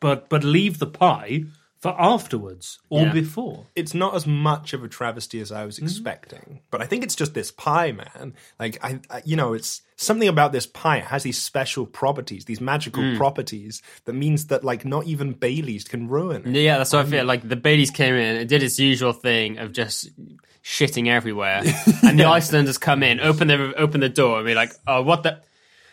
[SPEAKER 3] but but leave the pie for afterwards or
[SPEAKER 1] Yeah.
[SPEAKER 3] before.
[SPEAKER 2] it's not as much of a travesty as I was
[SPEAKER 1] Mm-hmm.
[SPEAKER 2] expecting. But I think it's just this pie, man. Like I, I, you know, it's something about this pie. It has these special properties, these magical
[SPEAKER 1] Mm.
[SPEAKER 2] properties that means that like not even Bailey's can ruin it.
[SPEAKER 1] Yeah, that's what I feel. Like the Baileys came in, it did its usual thing of just shitting everywhere, and the Icelanders come in, open the open the door, and be like, "Oh, what the."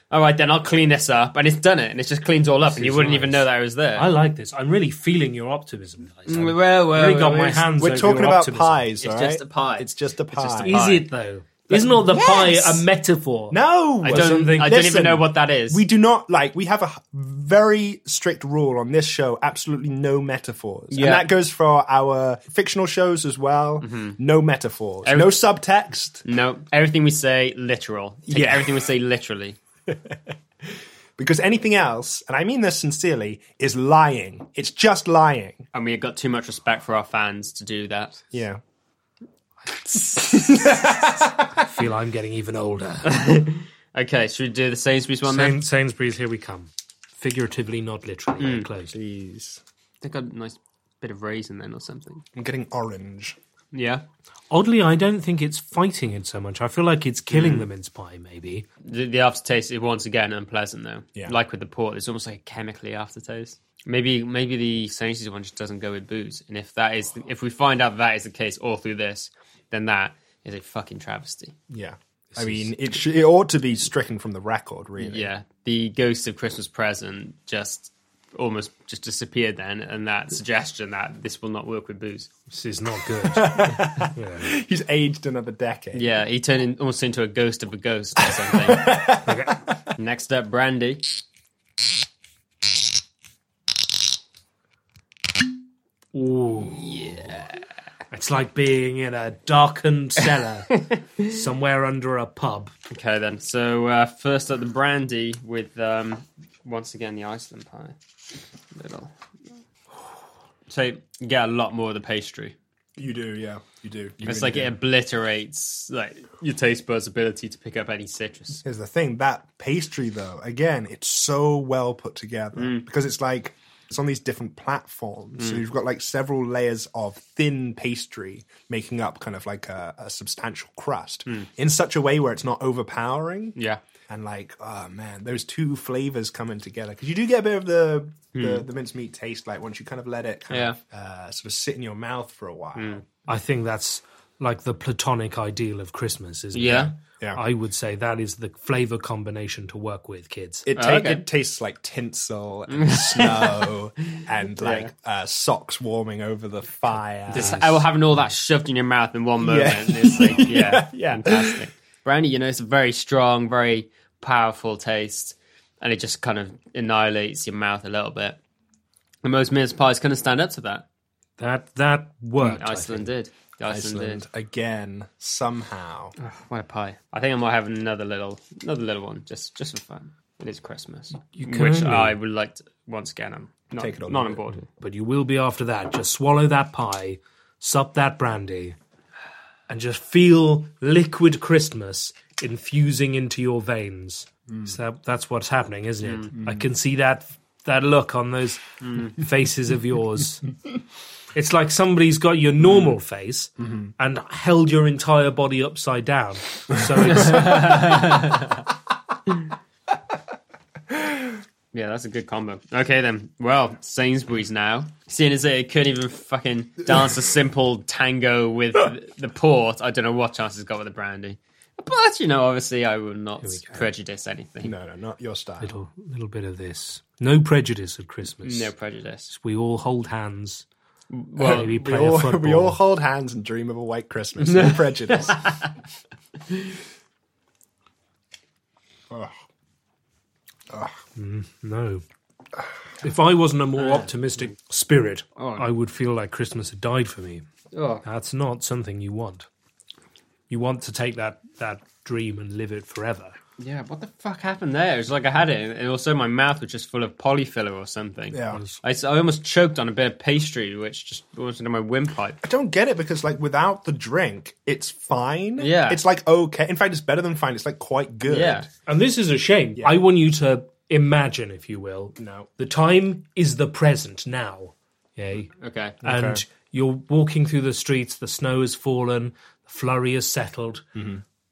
[SPEAKER 1] All right, then I'll clean this up, and it's done it, and it just cleans all up, and you wouldn't even know that it was there.
[SPEAKER 3] I like this. I'm really feeling your optimism, guys.
[SPEAKER 2] Mm,
[SPEAKER 3] I've
[SPEAKER 1] well, well,
[SPEAKER 3] really got
[SPEAKER 1] well,
[SPEAKER 3] my
[SPEAKER 1] it's-
[SPEAKER 3] hands.
[SPEAKER 2] We're
[SPEAKER 3] over
[SPEAKER 2] talking
[SPEAKER 3] your
[SPEAKER 2] about
[SPEAKER 3] optimism.
[SPEAKER 2] pies,
[SPEAKER 1] It's
[SPEAKER 2] all
[SPEAKER 1] just
[SPEAKER 2] right?
[SPEAKER 1] a pie.
[SPEAKER 2] It's just a pie.
[SPEAKER 1] just a
[SPEAKER 3] Is
[SPEAKER 1] pie.
[SPEAKER 3] it though? Isn't all the pie
[SPEAKER 2] Yes!
[SPEAKER 3] a metaphor?
[SPEAKER 2] No,
[SPEAKER 1] I don't.
[SPEAKER 3] something-
[SPEAKER 1] I don't
[SPEAKER 2] Listen,
[SPEAKER 1] even know what that is.
[SPEAKER 2] We do not like. We have a h- very strict rule on this show: absolutely no metaphors,
[SPEAKER 1] Yeah. Mm-hmm.
[SPEAKER 2] and that goes for our fictional shows as well. No metaphors, no subtext,
[SPEAKER 1] no, everything we say literal. Take
[SPEAKER 2] Yeah.
[SPEAKER 1] everything we say literally.
[SPEAKER 2] because anything else, and I mean this sincerely, is lying. It's just lying.
[SPEAKER 1] and we got too much respect for our fans to do that.
[SPEAKER 2] Yeah.
[SPEAKER 3] I feel I'm getting even older.
[SPEAKER 1] Okay, should we do the Sainsbury's one then?
[SPEAKER 3] Sain- Sainsbury's, here we come. Figuratively, not literally. Very close.
[SPEAKER 2] Jeez.
[SPEAKER 1] They got a nice bit of raisin then or something.
[SPEAKER 2] I'm getting orange.
[SPEAKER 1] Yeah,
[SPEAKER 3] Oddly, I don't think it's fighting it so much. I feel like it's killing the mince pie, maybe.
[SPEAKER 1] the, the aftertaste is once again unpleasant though.
[SPEAKER 2] Yeah.
[SPEAKER 1] like with the port, it's almost like a chemically aftertaste. Maybe maybe the Sainsbury's one just doesn't go with booze, and if that is if we find out that is the case all through this, then that is a fucking travesty.
[SPEAKER 2] Yeah. I mean, it sh- it ought to be stricken from the record, really.
[SPEAKER 1] Yeah, the ghost of Christmas present just almost just disappeared then, and that suggestion that this will not work with booze.
[SPEAKER 3] This is not good.
[SPEAKER 2] He's aged another decade.
[SPEAKER 1] Yeah, he turned in, almost into a ghost of a ghost or something. Next up, brandy.
[SPEAKER 3] it's like being in a darkened cellar somewhere under a pub.
[SPEAKER 1] Okay, then. So uh, first up, the brandy with um, once again the Iceland pie. Little. So you get a lot more of the pastry.
[SPEAKER 2] You do, yeah. You do. You
[SPEAKER 1] It's
[SPEAKER 2] really
[SPEAKER 1] like
[SPEAKER 2] do.
[SPEAKER 1] it obliterates like your taste buds' ability to pick up any citrus.
[SPEAKER 2] Here's the thing that pastry, though, again, it's so well put together
[SPEAKER 1] Mm.
[SPEAKER 2] because it's like it's on these different platforms. So you've got like several layers of thin pastry making up kind of like a, a substantial crust in such a way where it's not overpowering.
[SPEAKER 1] Mm. Yeah.
[SPEAKER 2] And like, oh man, those two flavors coming together because you do get a bit of the, the the mincemeat taste, like once you kind of let it kind
[SPEAKER 1] Mm. Yeah. Mm.
[SPEAKER 2] of, uh, sort of sit in your mouth for a while.
[SPEAKER 3] I think that's like the platonic ideal of Christmas, isn't
[SPEAKER 1] Yeah.
[SPEAKER 3] it?
[SPEAKER 2] Yeah.
[SPEAKER 3] I would say that is the flavor combination to work with, kids.
[SPEAKER 2] It, ta- it tastes like tinsel and snow and like uh, socks warming over the fire.
[SPEAKER 1] Just oh, having all that shoved in your mouth in one moment. It's like, yeah,
[SPEAKER 2] Yeah.
[SPEAKER 1] fantastic. Brandy, you know, it's a very strong, very powerful taste, and it just kind of annihilates your mouth a little bit. And most mince pies couldn't stand up to that.
[SPEAKER 3] that that worked. I
[SPEAKER 1] Iceland did. The Iceland,
[SPEAKER 2] Iceland again somehow.
[SPEAKER 1] did. What a pie! I think I might have another little, another little one, just just for fun. It is Christmas,
[SPEAKER 3] can
[SPEAKER 1] which
[SPEAKER 3] only-
[SPEAKER 1] I would like to. Once again, I'm not,
[SPEAKER 2] Take it or
[SPEAKER 1] not
[SPEAKER 2] leave
[SPEAKER 1] on
[SPEAKER 2] it.
[SPEAKER 1] board. with.
[SPEAKER 3] but you will be after that. Just swallow that pie, sup that brandy, and just feel liquid Christmas infusing into your veins. So that, that's what's happening, isn't it? I can see that that look on those faces of yours. it's like somebody's got your normal face and held your entire body upside down. So it's
[SPEAKER 1] Yeah, that's a good combo. Okay then. Well, Sainsbury's now. Seeing as they couldn't even fucking dance a simple tango with the port, I don't know what chance it's got with the brandy. But you know, obviously, I will not prejudice anything. No,
[SPEAKER 2] No, no, not your style.
[SPEAKER 3] a little bit of this. No prejudice at Christmas.
[SPEAKER 1] prejudice.
[SPEAKER 3] We all hold hands.
[SPEAKER 1] Well,
[SPEAKER 3] maybe
[SPEAKER 2] We
[SPEAKER 3] play a
[SPEAKER 2] all,
[SPEAKER 3] football.
[SPEAKER 2] we all hold hands and dream of a white Christmas. No prejudice. Ugh.
[SPEAKER 3] No. If I wasn't a more optimistic spirit, I would feel like Christmas had died for me.
[SPEAKER 1] oh,
[SPEAKER 3] That's not something you want. You want to take that, that dream and live it forever.
[SPEAKER 1] yeah. What the fuck happened there? It was like I had it, and also my mouth was just full of polyfiller or something.
[SPEAKER 2] Yeah.
[SPEAKER 1] I, s- I almost choked on a bit of pastry, which just went into my windpipe.
[SPEAKER 2] I don't get it because like without the drink, it's fine.
[SPEAKER 1] Yeah.
[SPEAKER 2] It's like okay. In fact, it's better than fine. It's like quite good.
[SPEAKER 1] Yeah.
[SPEAKER 3] And this is a shame. I want you to imagine, if you will.
[SPEAKER 2] No.
[SPEAKER 3] The time is the present now. Okay.
[SPEAKER 1] Okay.
[SPEAKER 3] And you're walking through the streets, the snow has fallen, the flurry has settled.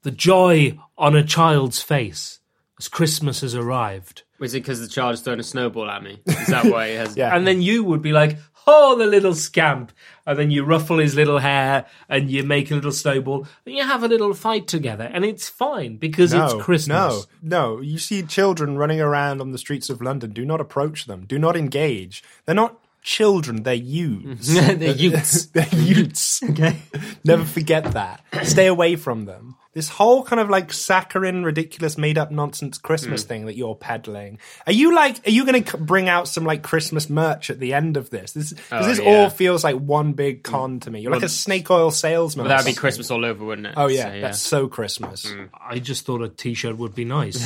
[SPEAKER 3] The joy on a child's face as Christmas has arrived.
[SPEAKER 1] Was it because the child has thrown a snowball at me? Is that why it has?
[SPEAKER 2] Yeah.
[SPEAKER 3] And then you would be like, oh, the little scamp. And then you ruffle his little hair and you make a little snowball and you have a little fight together. And it's fine because it's Christmas.
[SPEAKER 2] No, no. You see children running around on the streets of London. Do not approach them. Do not engage. They're not children. They're youths.
[SPEAKER 1] the youths.
[SPEAKER 2] they're youths. Okay. Never forget that. Stay away from them. This whole kind of like saccharine, ridiculous, made up nonsense
[SPEAKER 1] Mm.
[SPEAKER 2] Christmas thing that you're peddling. Are you like, are you going to bring out some like Christmas merch at the end of this? This, 'cause
[SPEAKER 1] Oh,
[SPEAKER 2] this
[SPEAKER 1] yeah.
[SPEAKER 2] all feels like one big con to me. You're like a snake oil salesman. or
[SPEAKER 1] Well, that'd be
[SPEAKER 2] something.
[SPEAKER 1] Christmas all over, wouldn't it?
[SPEAKER 2] Oh yeah,
[SPEAKER 1] So, Mm.
[SPEAKER 2] that's so Christmas.
[SPEAKER 3] I just thought a t shirt would be nice.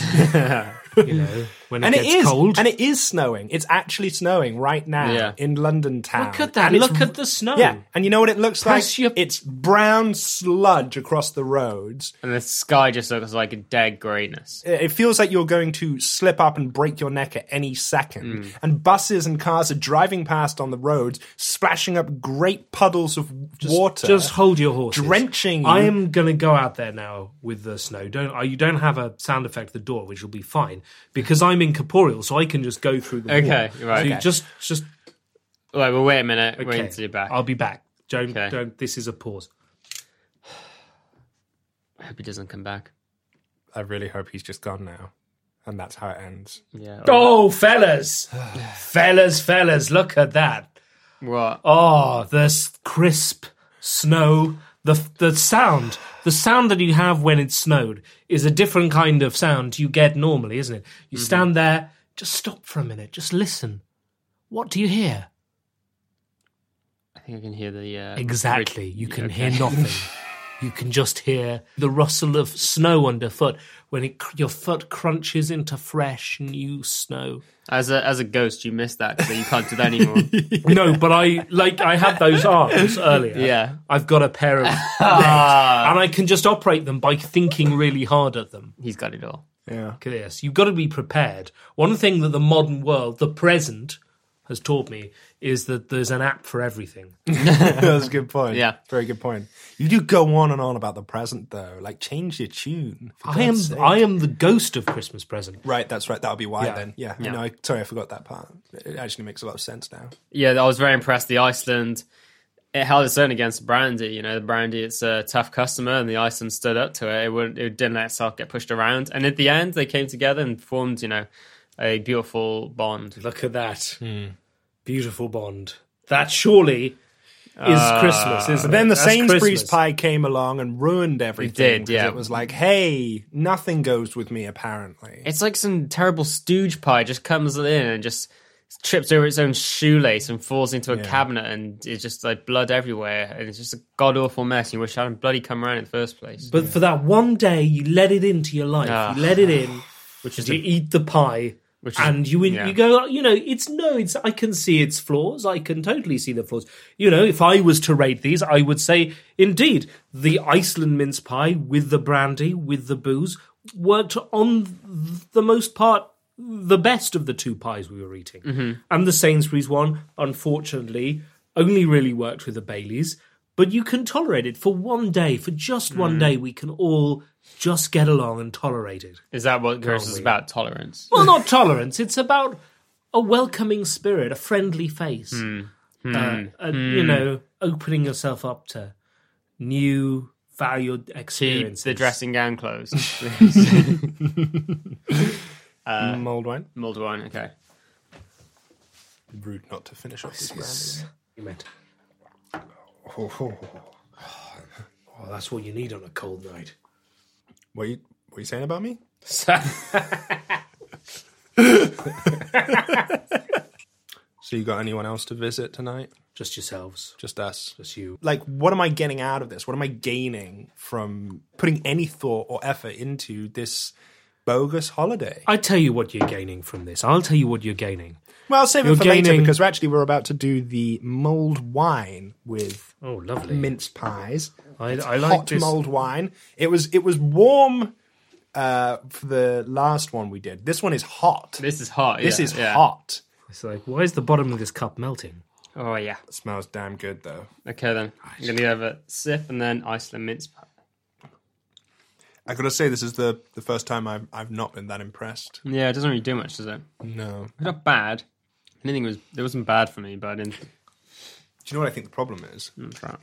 [SPEAKER 3] you know, when it
[SPEAKER 2] and
[SPEAKER 3] gets
[SPEAKER 2] it is
[SPEAKER 3] cold.
[SPEAKER 2] and it is snowing it's actually snowing right now
[SPEAKER 1] Yeah.
[SPEAKER 2] in london town
[SPEAKER 3] Look at that.
[SPEAKER 2] And it's-
[SPEAKER 3] Look at the snow.
[SPEAKER 2] yeah and you know what it looks
[SPEAKER 3] Press
[SPEAKER 2] like
[SPEAKER 3] your-
[SPEAKER 2] it's brown sludge across the roads
[SPEAKER 1] and the sky just looks like a dead greyness.
[SPEAKER 2] it it feels like you're going to slip up and break your neck at any second
[SPEAKER 3] Mm.
[SPEAKER 2] and buses and cars are driving past on the roads splashing up great puddles of water
[SPEAKER 3] Just hold your horses.
[SPEAKER 2] drenching you.
[SPEAKER 3] I am going to go out there now with the snow. Don't I, you don't have a sound effect at the door, which will be fine because I'm incorporeal, so I can just go through the.
[SPEAKER 1] Okay,
[SPEAKER 3] wall.
[SPEAKER 1] right.
[SPEAKER 3] So you
[SPEAKER 1] Okay.
[SPEAKER 3] just, just.
[SPEAKER 1] Right, well, wait a minute.
[SPEAKER 3] Okay.
[SPEAKER 1] Wait until you're back.
[SPEAKER 3] I'll be back. Don't,
[SPEAKER 1] Okay.
[SPEAKER 3] don't. This is a pause.
[SPEAKER 1] I hope he doesn't come back.
[SPEAKER 2] i really hope he's just gone now and that's how it ends
[SPEAKER 1] Yeah.
[SPEAKER 3] Oh, fellas, fellas, fellas! Look at that.
[SPEAKER 1] What?
[SPEAKER 3] Oh, the s- crisp snow. The, the sound, the sound that you have when it's snowed is a different kind of sound you get normally, isn't it? You stand there, just stop for a minute, just listen. What do you hear?
[SPEAKER 1] I think I can hear the. Uh,
[SPEAKER 3] Exactly.
[SPEAKER 1] rid-
[SPEAKER 3] You can
[SPEAKER 1] okay.
[SPEAKER 3] hear nothing. you can just hear the rustle of snow underfoot when it, cr- your foot crunches into fresh new snow.
[SPEAKER 1] As a as a ghost, you missed that, so you can't do that anymore.
[SPEAKER 3] No, but I like I had those arms earlier.
[SPEAKER 1] Yeah.
[SPEAKER 3] I've got a pair of legs, and I can just operate them by thinking really hard at them.
[SPEAKER 1] He's got it all.
[SPEAKER 2] yeah
[SPEAKER 3] Look at this. You've got to be prepared. One thing that the modern world, the present, has taught me is that there's an app for everything.
[SPEAKER 2] That's a good point.
[SPEAKER 1] Yeah.
[SPEAKER 2] very good point. You do go on and on about the present, though. Like, change your tune. for
[SPEAKER 3] I am
[SPEAKER 2] God's sake.
[SPEAKER 3] I am the ghost of Christmas present.
[SPEAKER 2] Right, that's right. That'll be why
[SPEAKER 3] Yeah.
[SPEAKER 2] then. Yeah.
[SPEAKER 1] Yeah.
[SPEAKER 2] No, I, sorry, I forgot that part. It actually makes a lot of sense now.
[SPEAKER 1] Yeah, I was very impressed. The Iceland it held its own against Brandy. You know, the Brandy it's a tough customer, and the Iceland stood up to it. It, wouldn't, it didn't let itself get pushed around. And at the end, they came together and formed, you know, a beautiful bond.
[SPEAKER 3] Look at that. Beautiful bond. That surely is Christmas, isn't
[SPEAKER 2] But
[SPEAKER 3] it?
[SPEAKER 2] then the
[SPEAKER 3] Ah, That's
[SPEAKER 2] Sainsbury's
[SPEAKER 3] Christmas.
[SPEAKER 2] pie came along and ruined everything.
[SPEAKER 1] did,
[SPEAKER 2] 'cause
[SPEAKER 1] yeah.
[SPEAKER 2] It was like, hey, nothing goes with me, apparently.
[SPEAKER 1] It's like some terrible stooge pie just comes in and just trips over its own shoelace and falls into a cabinet, and it's just like blood everywhere, and it's just a god awful mess. You wish I hadn't bloody come around in the first place.
[SPEAKER 3] But for that one day, you let it into your life.
[SPEAKER 1] Ah.
[SPEAKER 3] you let it in, which is you eat the pie,
[SPEAKER 1] Which is-
[SPEAKER 3] and you in,
[SPEAKER 1] yeah.
[SPEAKER 3] you go. You know, it's no. It's I can see its flaws. I can totally see the flaws. You know, if I was to rate these, I would say indeed the Iceland mince pie with the brandy with the booze worked on th- the most part the best of the two pies we were eating,
[SPEAKER 1] Mm-hmm.
[SPEAKER 3] and the Sainsbury's one, unfortunately, only really worked with the Baileys but you can tolerate it for one day for just
[SPEAKER 1] Mm.
[SPEAKER 3] one day we can all just get along and tolerate it
[SPEAKER 1] Is that what Christmas is about? Tolerance.
[SPEAKER 3] well not tolerance it's about a welcoming spirit a friendly face Uh, a- you know opening yourself up to new valued
[SPEAKER 1] Keep
[SPEAKER 3] experiences
[SPEAKER 1] the dressing gown closed.
[SPEAKER 3] Uh,
[SPEAKER 2] Mold wine.
[SPEAKER 1] Mulled wine, okay.
[SPEAKER 2] Rude not to finish off this brandy.
[SPEAKER 3] oh that's what you need on a cold night
[SPEAKER 2] What are you, what are you saying about me? So you got anyone else to visit tonight?
[SPEAKER 3] just yourselves
[SPEAKER 2] Just us.
[SPEAKER 3] just you
[SPEAKER 2] like what am i getting out of this what am i gaining from putting any thought or effort into this bogus holiday
[SPEAKER 3] i tell you what you're gaining from this i'll tell you what you're gaining
[SPEAKER 2] well i'll save
[SPEAKER 3] You're
[SPEAKER 2] it for later
[SPEAKER 3] gaining-
[SPEAKER 2] because we're actually we're about to do the mulled wine with
[SPEAKER 3] oh lovely
[SPEAKER 2] mince pies
[SPEAKER 3] I, I like
[SPEAKER 2] hot
[SPEAKER 3] this
[SPEAKER 2] mulled wine it was it was warm uh, for the last one we did this one is hot
[SPEAKER 1] This is hot.
[SPEAKER 2] This
[SPEAKER 1] yeah,
[SPEAKER 2] is
[SPEAKER 1] yeah.
[SPEAKER 2] hot
[SPEAKER 3] it's like why is the bottom of this cup melting
[SPEAKER 1] Oh yeah.
[SPEAKER 2] Smells damn good though.
[SPEAKER 1] Okay then. I'm gonna have a sip and then Iceland mince pie.
[SPEAKER 2] I gotta say, this is the, the first time I've, I've not been that impressed.
[SPEAKER 1] Yeah, it doesn't really do much, does it?
[SPEAKER 2] No.
[SPEAKER 1] It's not bad. Anything was it wasn't bad for me, but I didn't mm,
[SPEAKER 2] Do you know what I think the problem is?
[SPEAKER 1] didn't try it.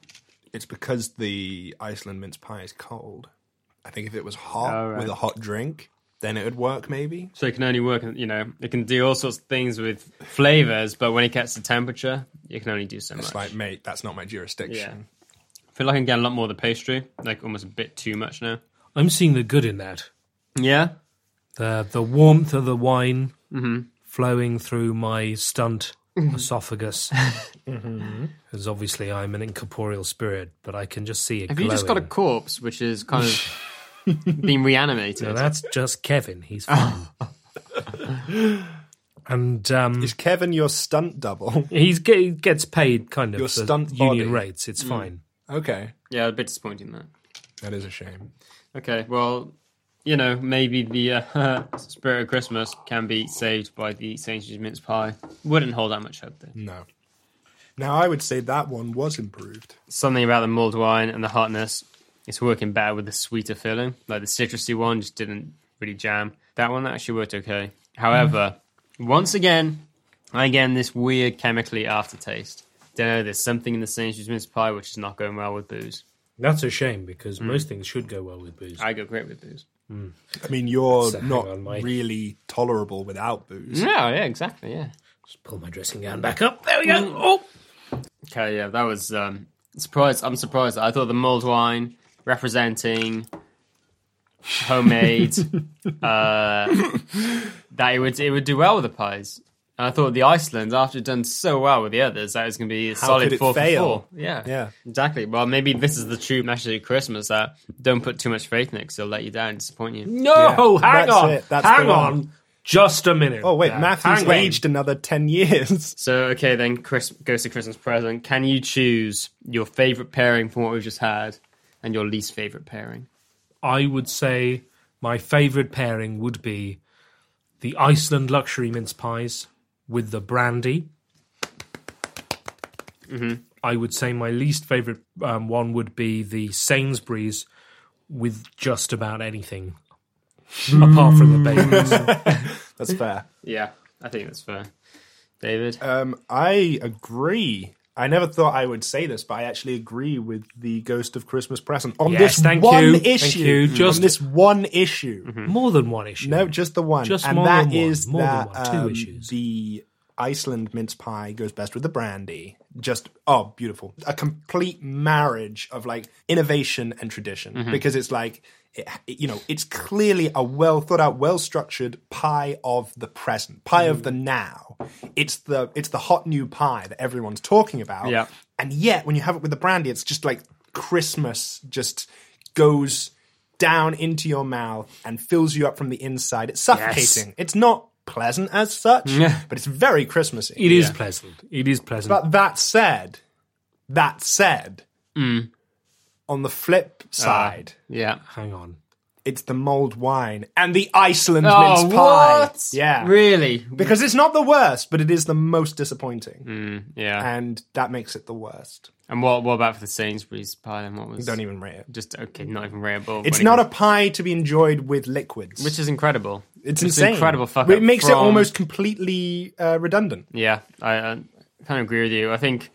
[SPEAKER 2] It's because the Iceland mince pie is cold. I think if it was hot
[SPEAKER 1] Oh, right.
[SPEAKER 2] with a hot drink, then it would work maybe.
[SPEAKER 1] So it can only work, you know, it can do all sorts of things with flavors, but when it gets to temperature, it can only do so
[SPEAKER 2] It's
[SPEAKER 1] much.
[SPEAKER 2] like, mate, that's not my
[SPEAKER 1] yeah.
[SPEAKER 2] jurisdiction.
[SPEAKER 1] I feel like I can get a lot more of the pastry, like almost a bit too much now.
[SPEAKER 3] I'm seeing the good in that.
[SPEAKER 1] Yeah.
[SPEAKER 3] The the warmth of the wine
[SPEAKER 1] Mm-hmm.
[SPEAKER 3] flowing through my stunt esophagus.
[SPEAKER 1] Mm-hmm.
[SPEAKER 3] Because obviously I'm an incorporeal spirit, but I can just see it.
[SPEAKER 1] Have you just got a
[SPEAKER 3] glowing.
[SPEAKER 1] corpse which is kind of being reanimated?
[SPEAKER 3] No, that's just Kevin. He's fine. and um,
[SPEAKER 2] Is Kevin your stunt double?
[SPEAKER 3] he's ge- he gets paid kind of
[SPEAKER 2] Your
[SPEAKER 3] for
[SPEAKER 2] stunt
[SPEAKER 3] union
[SPEAKER 2] body.
[SPEAKER 3] rates.
[SPEAKER 1] Mm.
[SPEAKER 3] It's fine.
[SPEAKER 2] okay.
[SPEAKER 1] yeah, a bit disappointing that.
[SPEAKER 2] That is a shame.
[SPEAKER 1] Okay, well, you know, maybe the uh, spirit of Christmas can be saved by the Sainsbury's mince pie. Wouldn't hold that much hope though.
[SPEAKER 2] No. Now, I would say that one was improved.
[SPEAKER 1] Something about the mulled wine and the hotness. It's working better with the sweeter filling. Like the citrusy one just didn't really jam. That one actually worked okay. However, once again, I get this weird chemically aftertaste. Don't know, there's something in the Sainsbury's mince pie which is not going well with booze.
[SPEAKER 3] That's a shame because most things should go well with booze.
[SPEAKER 1] Mm. I go great with booze.
[SPEAKER 2] I mean, you're
[SPEAKER 3] So hang
[SPEAKER 2] not
[SPEAKER 3] on, Hmm? mate.
[SPEAKER 2] really tolerable without booze.
[SPEAKER 1] Yeah, yeah, exactly, yeah.
[SPEAKER 3] Just pull my dressing gown back up. There we go.
[SPEAKER 1] Mm.
[SPEAKER 3] Oh,
[SPEAKER 1] Okay, yeah, that was um surprised. I'm surprised. I thought the mulled wine representing homemade uh, that it would it would do well with the pies. And I thought the Iceland, after it done so well with the others, that it was going to be a solid
[SPEAKER 2] could it
[SPEAKER 1] four
[SPEAKER 2] fail?
[SPEAKER 1] for four. Yeah,
[SPEAKER 2] Yeah.
[SPEAKER 1] exactly. Well, maybe this is the true message of Christmas that don't put too much faith in it, 'cause it'll let you down, and disappoint you.
[SPEAKER 3] no,
[SPEAKER 2] Yeah,
[SPEAKER 3] hang
[SPEAKER 2] that's
[SPEAKER 3] on.
[SPEAKER 2] it, that's
[SPEAKER 3] hang
[SPEAKER 2] the
[SPEAKER 3] on.
[SPEAKER 2] one.
[SPEAKER 3] Just a minute.
[SPEAKER 2] Oh, wait,
[SPEAKER 3] there.
[SPEAKER 2] Matthew's
[SPEAKER 3] Hang on.
[SPEAKER 2] aged another 10 years.
[SPEAKER 1] So okay, then Chris goes to Christmas present. Can you choose your favorite pairing from what we've just had, and your least favorite pairing?
[SPEAKER 3] I would say my favourite pairing would be the Iceland luxury mince pies with the brandy. I would say my least favourite um, one would be the Sainsbury's with just about anything, apart from the
[SPEAKER 2] Mm.
[SPEAKER 3] bagels.
[SPEAKER 2] That's fair.
[SPEAKER 1] Yeah, I think that's fair. David?
[SPEAKER 2] Um, I agree. I never thought I would say this, but I actually agree with the Ghost of Christmas Present on
[SPEAKER 3] Yes,
[SPEAKER 2] this
[SPEAKER 3] thank
[SPEAKER 2] one
[SPEAKER 3] you, thank
[SPEAKER 2] issue.
[SPEAKER 3] you, just- Mm-hmm.
[SPEAKER 2] on this one issue.
[SPEAKER 3] More than one issue.
[SPEAKER 2] No, just the one.
[SPEAKER 3] Just
[SPEAKER 2] and
[SPEAKER 3] more
[SPEAKER 2] that
[SPEAKER 3] than one,
[SPEAKER 2] is
[SPEAKER 3] more than
[SPEAKER 2] that,
[SPEAKER 3] one, two
[SPEAKER 2] um,
[SPEAKER 3] issues.
[SPEAKER 2] The Iceland mince pie goes best with the brandy. Just oh, beautiful! A complete marriage of like innovation and tradition
[SPEAKER 3] Mm-hmm.
[SPEAKER 2] because it's like. It, it- you know, it's clearly a well thought out, well structured pie of the present, pie of
[SPEAKER 3] Mm.
[SPEAKER 2] the now. It's the it's the hot new pie that everyone's talking about.
[SPEAKER 1] Yeah.
[SPEAKER 2] And yet, when you have it with the brandy, it's just like Christmas just goes down into your mouth and fills you up from the inside. It's suffocating. It's not pleasant as such, but it's very Christmassy.
[SPEAKER 3] It is pleasant. It is pleasant.
[SPEAKER 2] But that said, that said,
[SPEAKER 1] Mm.
[SPEAKER 2] on the
[SPEAKER 1] Ah.
[SPEAKER 2] flip side,
[SPEAKER 1] yeah.
[SPEAKER 3] Hang on.
[SPEAKER 2] it's the mulled wine and the Iceland mince pie.
[SPEAKER 1] Oh, what?
[SPEAKER 2] Yeah.
[SPEAKER 1] Really?
[SPEAKER 2] Because it's not the worst, but it is the most disappointing.
[SPEAKER 1] Mm. Yeah.
[SPEAKER 2] And that makes it the worst.
[SPEAKER 1] And what what about for the Sainsbury's pie then? What was
[SPEAKER 2] Don't even rate it.
[SPEAKER 1] just okay, not even rateable.
[SPEAKER 2] It's not a pie to be enjoyed with liquids.
[SPEAKER 1] which is incredible.
[SPEAKER 2] it's insane.
[SPEAKER 1] incredible fuck
[SPEAKER 2] It
[SPEAKER 1] up
[SPEAKER 2] makes it
[SPEAKER 1] from-
[SPEAKER 2] almost completely uh, redundant.
[SPEAKER 1] Yeah, I, I kind of agree with you. I think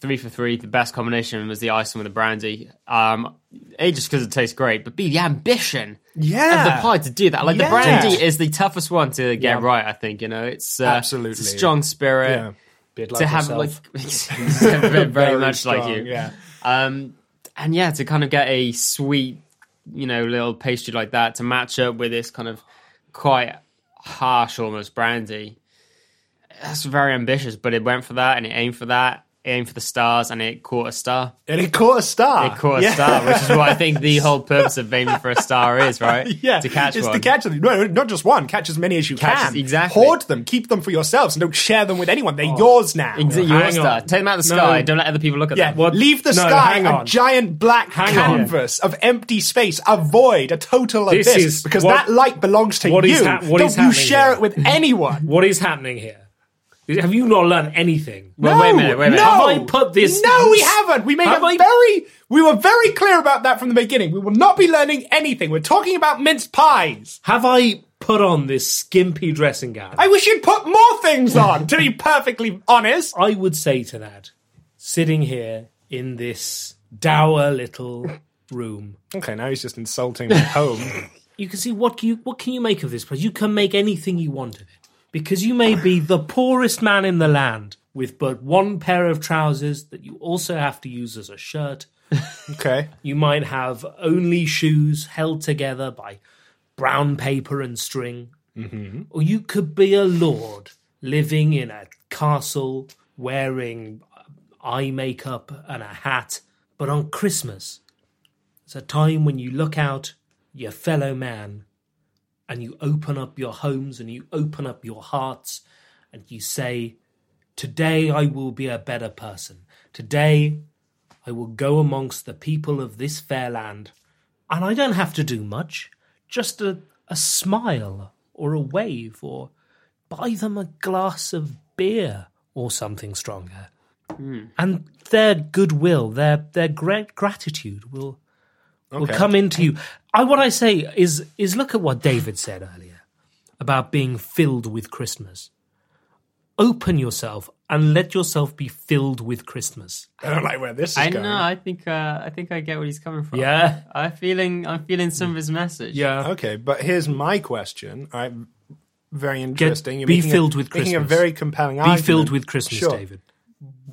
[SPEAKER 1] three for three, the best combination was the ice and with the brandy. Um, A, just because it tastes great, but B, the ambition
[SPEAKER 2] Yeah.
[SPEAKER 1] of the pie to do that. Like
[SPEAKER 2] Yeah.
[SPEAKER 1] the brandy is the toughest one to get right, I think. You know, it's uh,
[SPEAKER 2] Absolutely.
[SPEAKER 1] it's a strong spirit.
[SPEAKER 2] Yeah.
[SPEAKER 3] Bit like
[SPEAKER 1] to have
[SPEAKER 3] yourself.
[SPEAKER 1] like very, very much like
[SPEAKER 2] strong,
[SPEAKER 1] you.
[SPEAKER 2] yeah.
[SPEAKER 1] Um, and yeah, to kind of get a sweet, you know, little pastry like that to match up with this kind of quite harsh, almost brandy. That's very ambitious, but it went for that and it aimed for that. It aimed for the stars and it caught a star.
[SPEAKER 2] And it caught a star.
[SPEAKER 1] It caught a
[SPEAKER 2] Ah. Yeah.
[SPEAKER 1] star, which is what I think the whole purpose of aiming for a star is, right?
[SPEAKER 2] Yeah,
[SPEAKER 1] to catch
[SPEAKER 2] it's
[SPEAKER 1] one.
[SPEAKER 2] to catch them. No, not just one. Catch as many as you
[SPEAKER 1] Catch-
[SPEAKER 2] can.
[SPEAKER 1] exactly.
[SPEAKER 2] Hoard them. Keep them for yourselves, and don't share them with anyone. They're yours now.
[SPEAKER 1] Ex- your
[SPEAKER 3] Oh. Hang
[SPEAKER 1] star.
[SPEAKER 3] on.
[SPEAKER 1] Take them out of the sky.
[SPEAKER 3] No.
[SPEAKER 1] Don't let other people look at
[SPEAKER 2] Yeah,
[SPEAKER 1] them.
[SPEAKER 3] What-
[SPEAKER 2] leave the
[SPEAKER 3] No,
[SPEAKER 2] sky
[SPEAKER 3] hang
[SPEAKER 2] a
[SPEAKER 3] on.
[SPEAKER 2] giant black
[SPEAKER 3] Hang on.
[SPEAKER 2] canvas of empty space, a void, a total
[SPEAKER 3] This
[SPEAKER 2] abyss.
[SPEAKER 3] is
[SPEAKER 2] because
[SPEAKER 3] what-
[SPEAKER 2] that light belongs to
[SPEAKER 3] what
[SPEAKER 2] you.
[SPEAKER 3] is hap- what
[SPEAKER 2] don't
[SPEAKER 3] is
[SPEAKER 2] you
[SPEAKER 3] happening
[SPEAKER 2] share
[SPEAKER 3] here.
[SPEAKER 2] it with anyone.
[SPEAKER 3] What is happening here Have you not learned anything?
[SPEAKER 1] Well, wait a minute, wait a minute.
[SPEAKER 3] Have I put this?
[SPEAKER 2] No, we haven't. We made
[SPEAKER 3] Have
[SPEAKER 2] it
[SPEAKER 3] I-
[SPEAKER 2] very. We were very clear about that from the beginning. We will not be learning anything. We're talking about minced pies.
[SPEAKER 3] Have I put on this skimpy dressing gown?
[SPEAKER 2] I wish you'd put more things on. to be perfectly honest,
[SPEAKER 3] I would say to that, sitting here in this dour little room,
[SPEAKER 2] okay. Now he's just insulting my home.
[SPEAKER 3] you can see what can you what can you make of this place. You can make anything you want of it because you may be the poorest man in the land with but one pair of trousers that you also have to use as a shirt.
[SPEAKER 2] Okay,
[SPEAKER 3] You might have only shoes held together by brown paper and string. Mm-hmm. Or you could be a lord living in a castle wearing eye makeup and a hat. But on Christmas, it's a time when you look out your fellow man and you open up your homes and you open up your hearts and you say, Today I will be a better person. Today I will go amongst the people of this fair land, and I don't have to do much, just a, a smile or a wave, or buy them a glass of beer or something stronger. And their goodwill, their their great gratitude will will come into you. I what I say is is look at what David said earlier about being filled with Christmas. Open yourself and let yourself be filled with Christmas.
[SPEAKER 2] I don't like where this is
[SPEAKER 1] I
[SPEAKER 2] going.
[SPEAKER 1] know. I think. Uh, I think I get where he's coming from.
[SPEAKER 3] Yeah.
[SPEAKER 1] I'm feeling. I'm feeling some of his message.
[SPEAKER 3] Yeah.
[SPEAKER 2] Okay, but here's my question. I'm very interesting. You're
[SPEAKER 3] be
[SPEAKER 2] making
[SPEAKER 3] filled
[SPEAKER 2] a,
[SPEAKER 3] with
[SPEAKER 2] making a
[SPEAKER 3] Christmas.
[SPEAKER 2] very compelling
[SPEAKER 3] Be
[SPEAKER 2] argument.
[SPEAKER 3] filled with Christmas,
[SPEAKER 2] Sure.
[SPEAKER 3] David.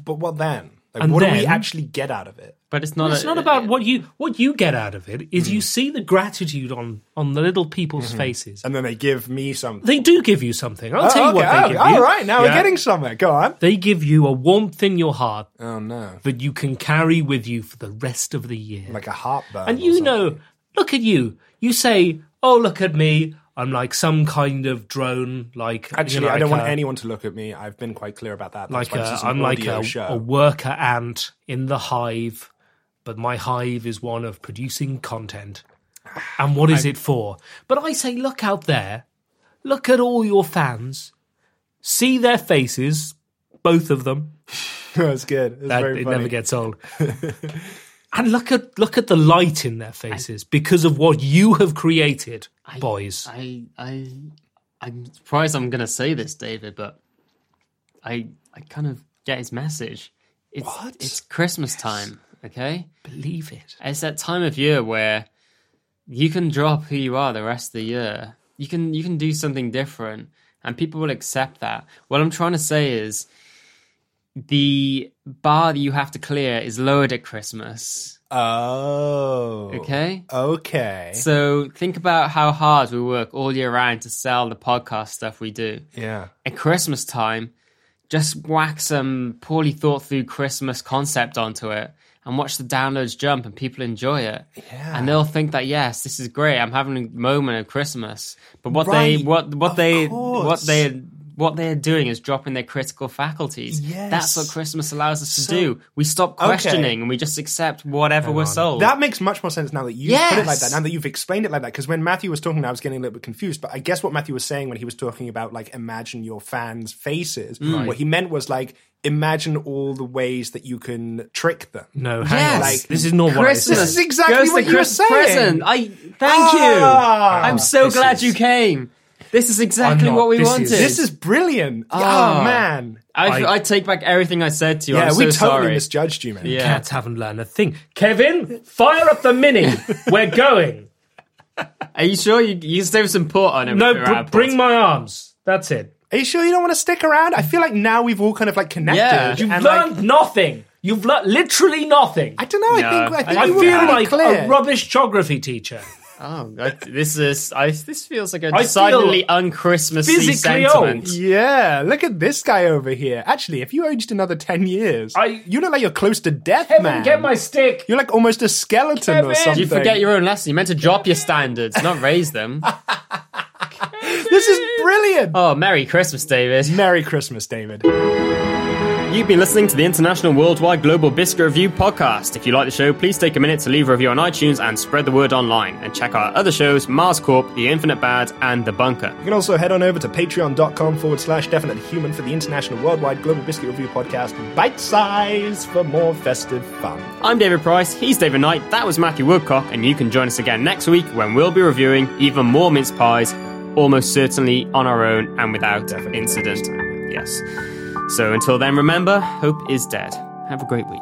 [SPEAKER 2] But what then? Like,
[SPEAKER 3] And
[SPEAKER 2] what do we
[SPEAKER 3] then-
[SPEAKER 2] actually get out of it?
[SPEAKER 1] But it's not.
[SPEAKER 3] It's
[SPEAKER 1] a-
[SPEAKER 2] Uh,
[SPEAKER 3] not about what you what you get out of it. Is you see the gratitude on on the little people's faces.
[SPEAKER 2] And then they give me something.
[SPEAKER 3] They do give you something. I'll tell you what they give you.
[SPEAKER 2] Oh, All right, now we're
[SPEAKER 3] Yeah.
[SPEAKER 2] getting somewhere. Go on.
[SPEAKER 3] They give you a warmth in your heart
[SPEAKER 2] Oh no,
[SPEAKER 3] that you can carry with you for the rest of the year.
[SPEAKER 2] like a heartburn.
[SPEAKER 3] and
[SPEAKER 2] or
[SPEAKER 3] you
[SPEAKER 2] something.
[SPEAKER 3] know, look at you. You say, "Oh, look at me. I'm like some kind of drone. Like you
[SPEAKER 2] Actually,
[SPEAKER 3] know,
[SPEAKER 2] I don't
[SPEAKER 3] like
[SPEAKER 2] want
[SPEAKER 3] a-
[SPEAKER 2] anyone to look at me. I've been quite clear about that. That's
[SPEAKER 3] like
[SPEAKER 2] why this
[SPEAKER 3] a,
[SPEAKER 2] is an
[SPEAKER 3] I'm like
[SPEAKER 2] audio
[SPEAKER 3] a,
[SPEAKER 2] show.
[SPEAKER 3] a worker ant in the hive, but my hive is one of producing content. And what is it for? But I say, look out there, look at all your fans, see their faces, both of them.
[SPEAKER 2] That's good. That's
[SPEAKER 3] That
[SPEAKER 2] very
[SPEAKER 3] it
[SPEAKER 2] funny.
[SPEAKER 3] never gets old. and look at look at the light in their faces because of what you have created, boys.
[SPEAKER 1] I. I. I'm surprised I'm gonna say this, David, but I. I kind of get his message. It's,
[SPEAKER 2] What?
[SPEAKER 1] It's Christmas time. Okay.
[SPEAKER 3] Believe it.
[SPEAKER 1] It's that time of year where you can drop who you are the rest of the year. You can you can do something different and people will accept that. What I'm trying to say is the bar that you have to clear is lowered at Christmas.
[SPEAKER 2] Oh.
[SPEAKER 1] Okay?
[SPEAKER 2] Okay.
[SPEAKER 1] So think about how hard we work all year round to sell the podcast stuff we do.
[SPEAKER 2] yeah.
[SPEAKER 1] At Christmas time, just whack some poorly thought through Christmas concept onto it and watch the downloads jump and people enjoy it.
[SPEAKER 2] Yeah.
[SPEAKER 1] And they'll think that yes, this is great. I'm having a moment of Christmas. But what they
[SPEAKER 2] Right,
[SPEAKER 1] what what
[SPEAKER 2] of
[SPEAKER 1] they what
[SPEAKER 2] course.
[SPEAKER 1] they what they're doing is dropping their critical faculties. That's what
[SPEAKER 2] Yes.
[SPEAKER 1] Christmas allows us to
[SPEAKER 2] So-
[SPEAKER 1] do. We stop
[SPEAKER 2] Okay.
[SPEAKER 1] questioning and we just accept whatever we're sold.
[SPEAKER 2] That makes much more sense now that you put it like that.
[SPEAKER 1] Yes.
[SPEAKER 2] Now that you've explained it like that, because when Matthew was talking, I was getting a little bit confused. But I guess what Matthew was saying when he was talking about like imagine your fans' faces,
[SPEAKER 3] Mm.
[SPEAKER 2] what he meant was like imagine all the ways that you can trick them.
[SPEAKER 3] No, hang on.
[SPEAKER 1] Yes.
[SPEAKER 3] this is not what I said.
[SPEAKER 1] Christmas
[SPEAKER 2] This is exactly
[SPEAKER 1] goes to
[SPEAKER 2] what you were
[SPEAKER 1] Christmas
[SPEAKER 2] saying.
[SPEAKER 1] present. I thank
[SPEAKER 2] Ah.
[SPEAKER 1] you. I'm so
[SPEAKER 3] This
[SPEAKER 1] glad
[SPEAKER 3] is-
[SPEAKER 1] you came. This is exactly
[SPEAKER 3] not-
[SPEAKER 1] what we
[SPEAKER 3] this is-
[SPEAKER 1] wanted.
[SPEAKER 2] This is brilliant. Oh,
[SPEAKER 1] Ah.
[SPEAKER 2] man.
[SPEAKER 1] I,
[SPEAKER 3] I-
[SPEAKER 1] I take back everything I said to you.
[SPEAKER 2] Yeah,
[SPEAKER 1] I'm so
[SPEAKER 2] we totally
[SPEAKER 1] sorry.
[SPEAKER 2] misjudged you, man.
[SPEAKER 1] yeah.
[SPEAKER 3] Cats haven't learned a thing. Kevin, fire up the mini. We're going.
[SPEAKER 1] Are you sure you you can save some port on it?
[SPEAKER 3] No,
[SPEAKER 1] with your
[SPEAKER 3] br-
[SPEAKER 1] AirPods?
[SPEAKER 3] bring my arms. That's it.
[SPEAKER 2] Are you sure you don't want to stick around? I feel like now we've all kind of like connected.
[SPEAKER 1] Yeah.
[SPEAKER 3] You've
[SPEAKER 2] and, like,
[SPEAKER 3] learned nothing. You've learned literally nothing.
[SPEAKER 2] I don't know.
[SPEAKER 1] No,
[SPEAKER 2] I think I think
[SPEAKER 1] I
[SPEAKER 2] we were
[SPEAKER 1] feel
[SPEAKER 2] pretty
[SPEAKER 3] like
[SPEAKER 2] clear.
[SPEAKER 3] a rubbish geography teacher.
[SPEAKER 1] Oh, I, this is I, this feels like a
[SPEAKER 3] feel
[SPEAKER 1] decidedly un-Christmassy
[SPEAKER 3] physically
[SPEAKER 1] sentiment.
[SPEAKER 2] yeah, look at this guy over here. Actually, if you aged another ten years,
[SPEAKER 3] I-
[SPEAKER 2] you look like you're close to death,
[SPEAKER 3] Kevin,
[SPEAKER 2] man.
[SPEAKER 3] get my stick.
[SPEAKER 2] You're like almost a skeleton or
[SPEAKER 3] Kevin!
[SPEAKER 2] something.
[SPEAKER 1] You forget your own lesson. You meant to drop your standards, not raise them.
[SPEAKER 2] This is brilliant.
[SPEAKER 1] Oh, Merry Christmas, David.
[SPEAKER 2] Merry Christmas, David.
[SPEAKER 1] You've been listening to the International Worldwide Global Biscuit Review podcast. If you like the show, please take a minute to leave a review on iTunes and spread the word online. And check our other shows Mars Corp, The Infinite Bad, and The Bunker.
[SPEAKER 2] You can also head on over to patreon.com forward slash definitely human for the International Worldwide Global Biscuit Review Podcast, bite size for more festive fun.
[SPEAKER 1] I'm David Price, he's David Knight, that was Matthew Woodcock, and you can join us again next week when we'll be reviewing even more mince pies, almost certainly on our own and without
[SPEAKER 2] Definitely.
[SPEAKER 1] incident. Yes. So until then, remember, hope is dead. Have a great week.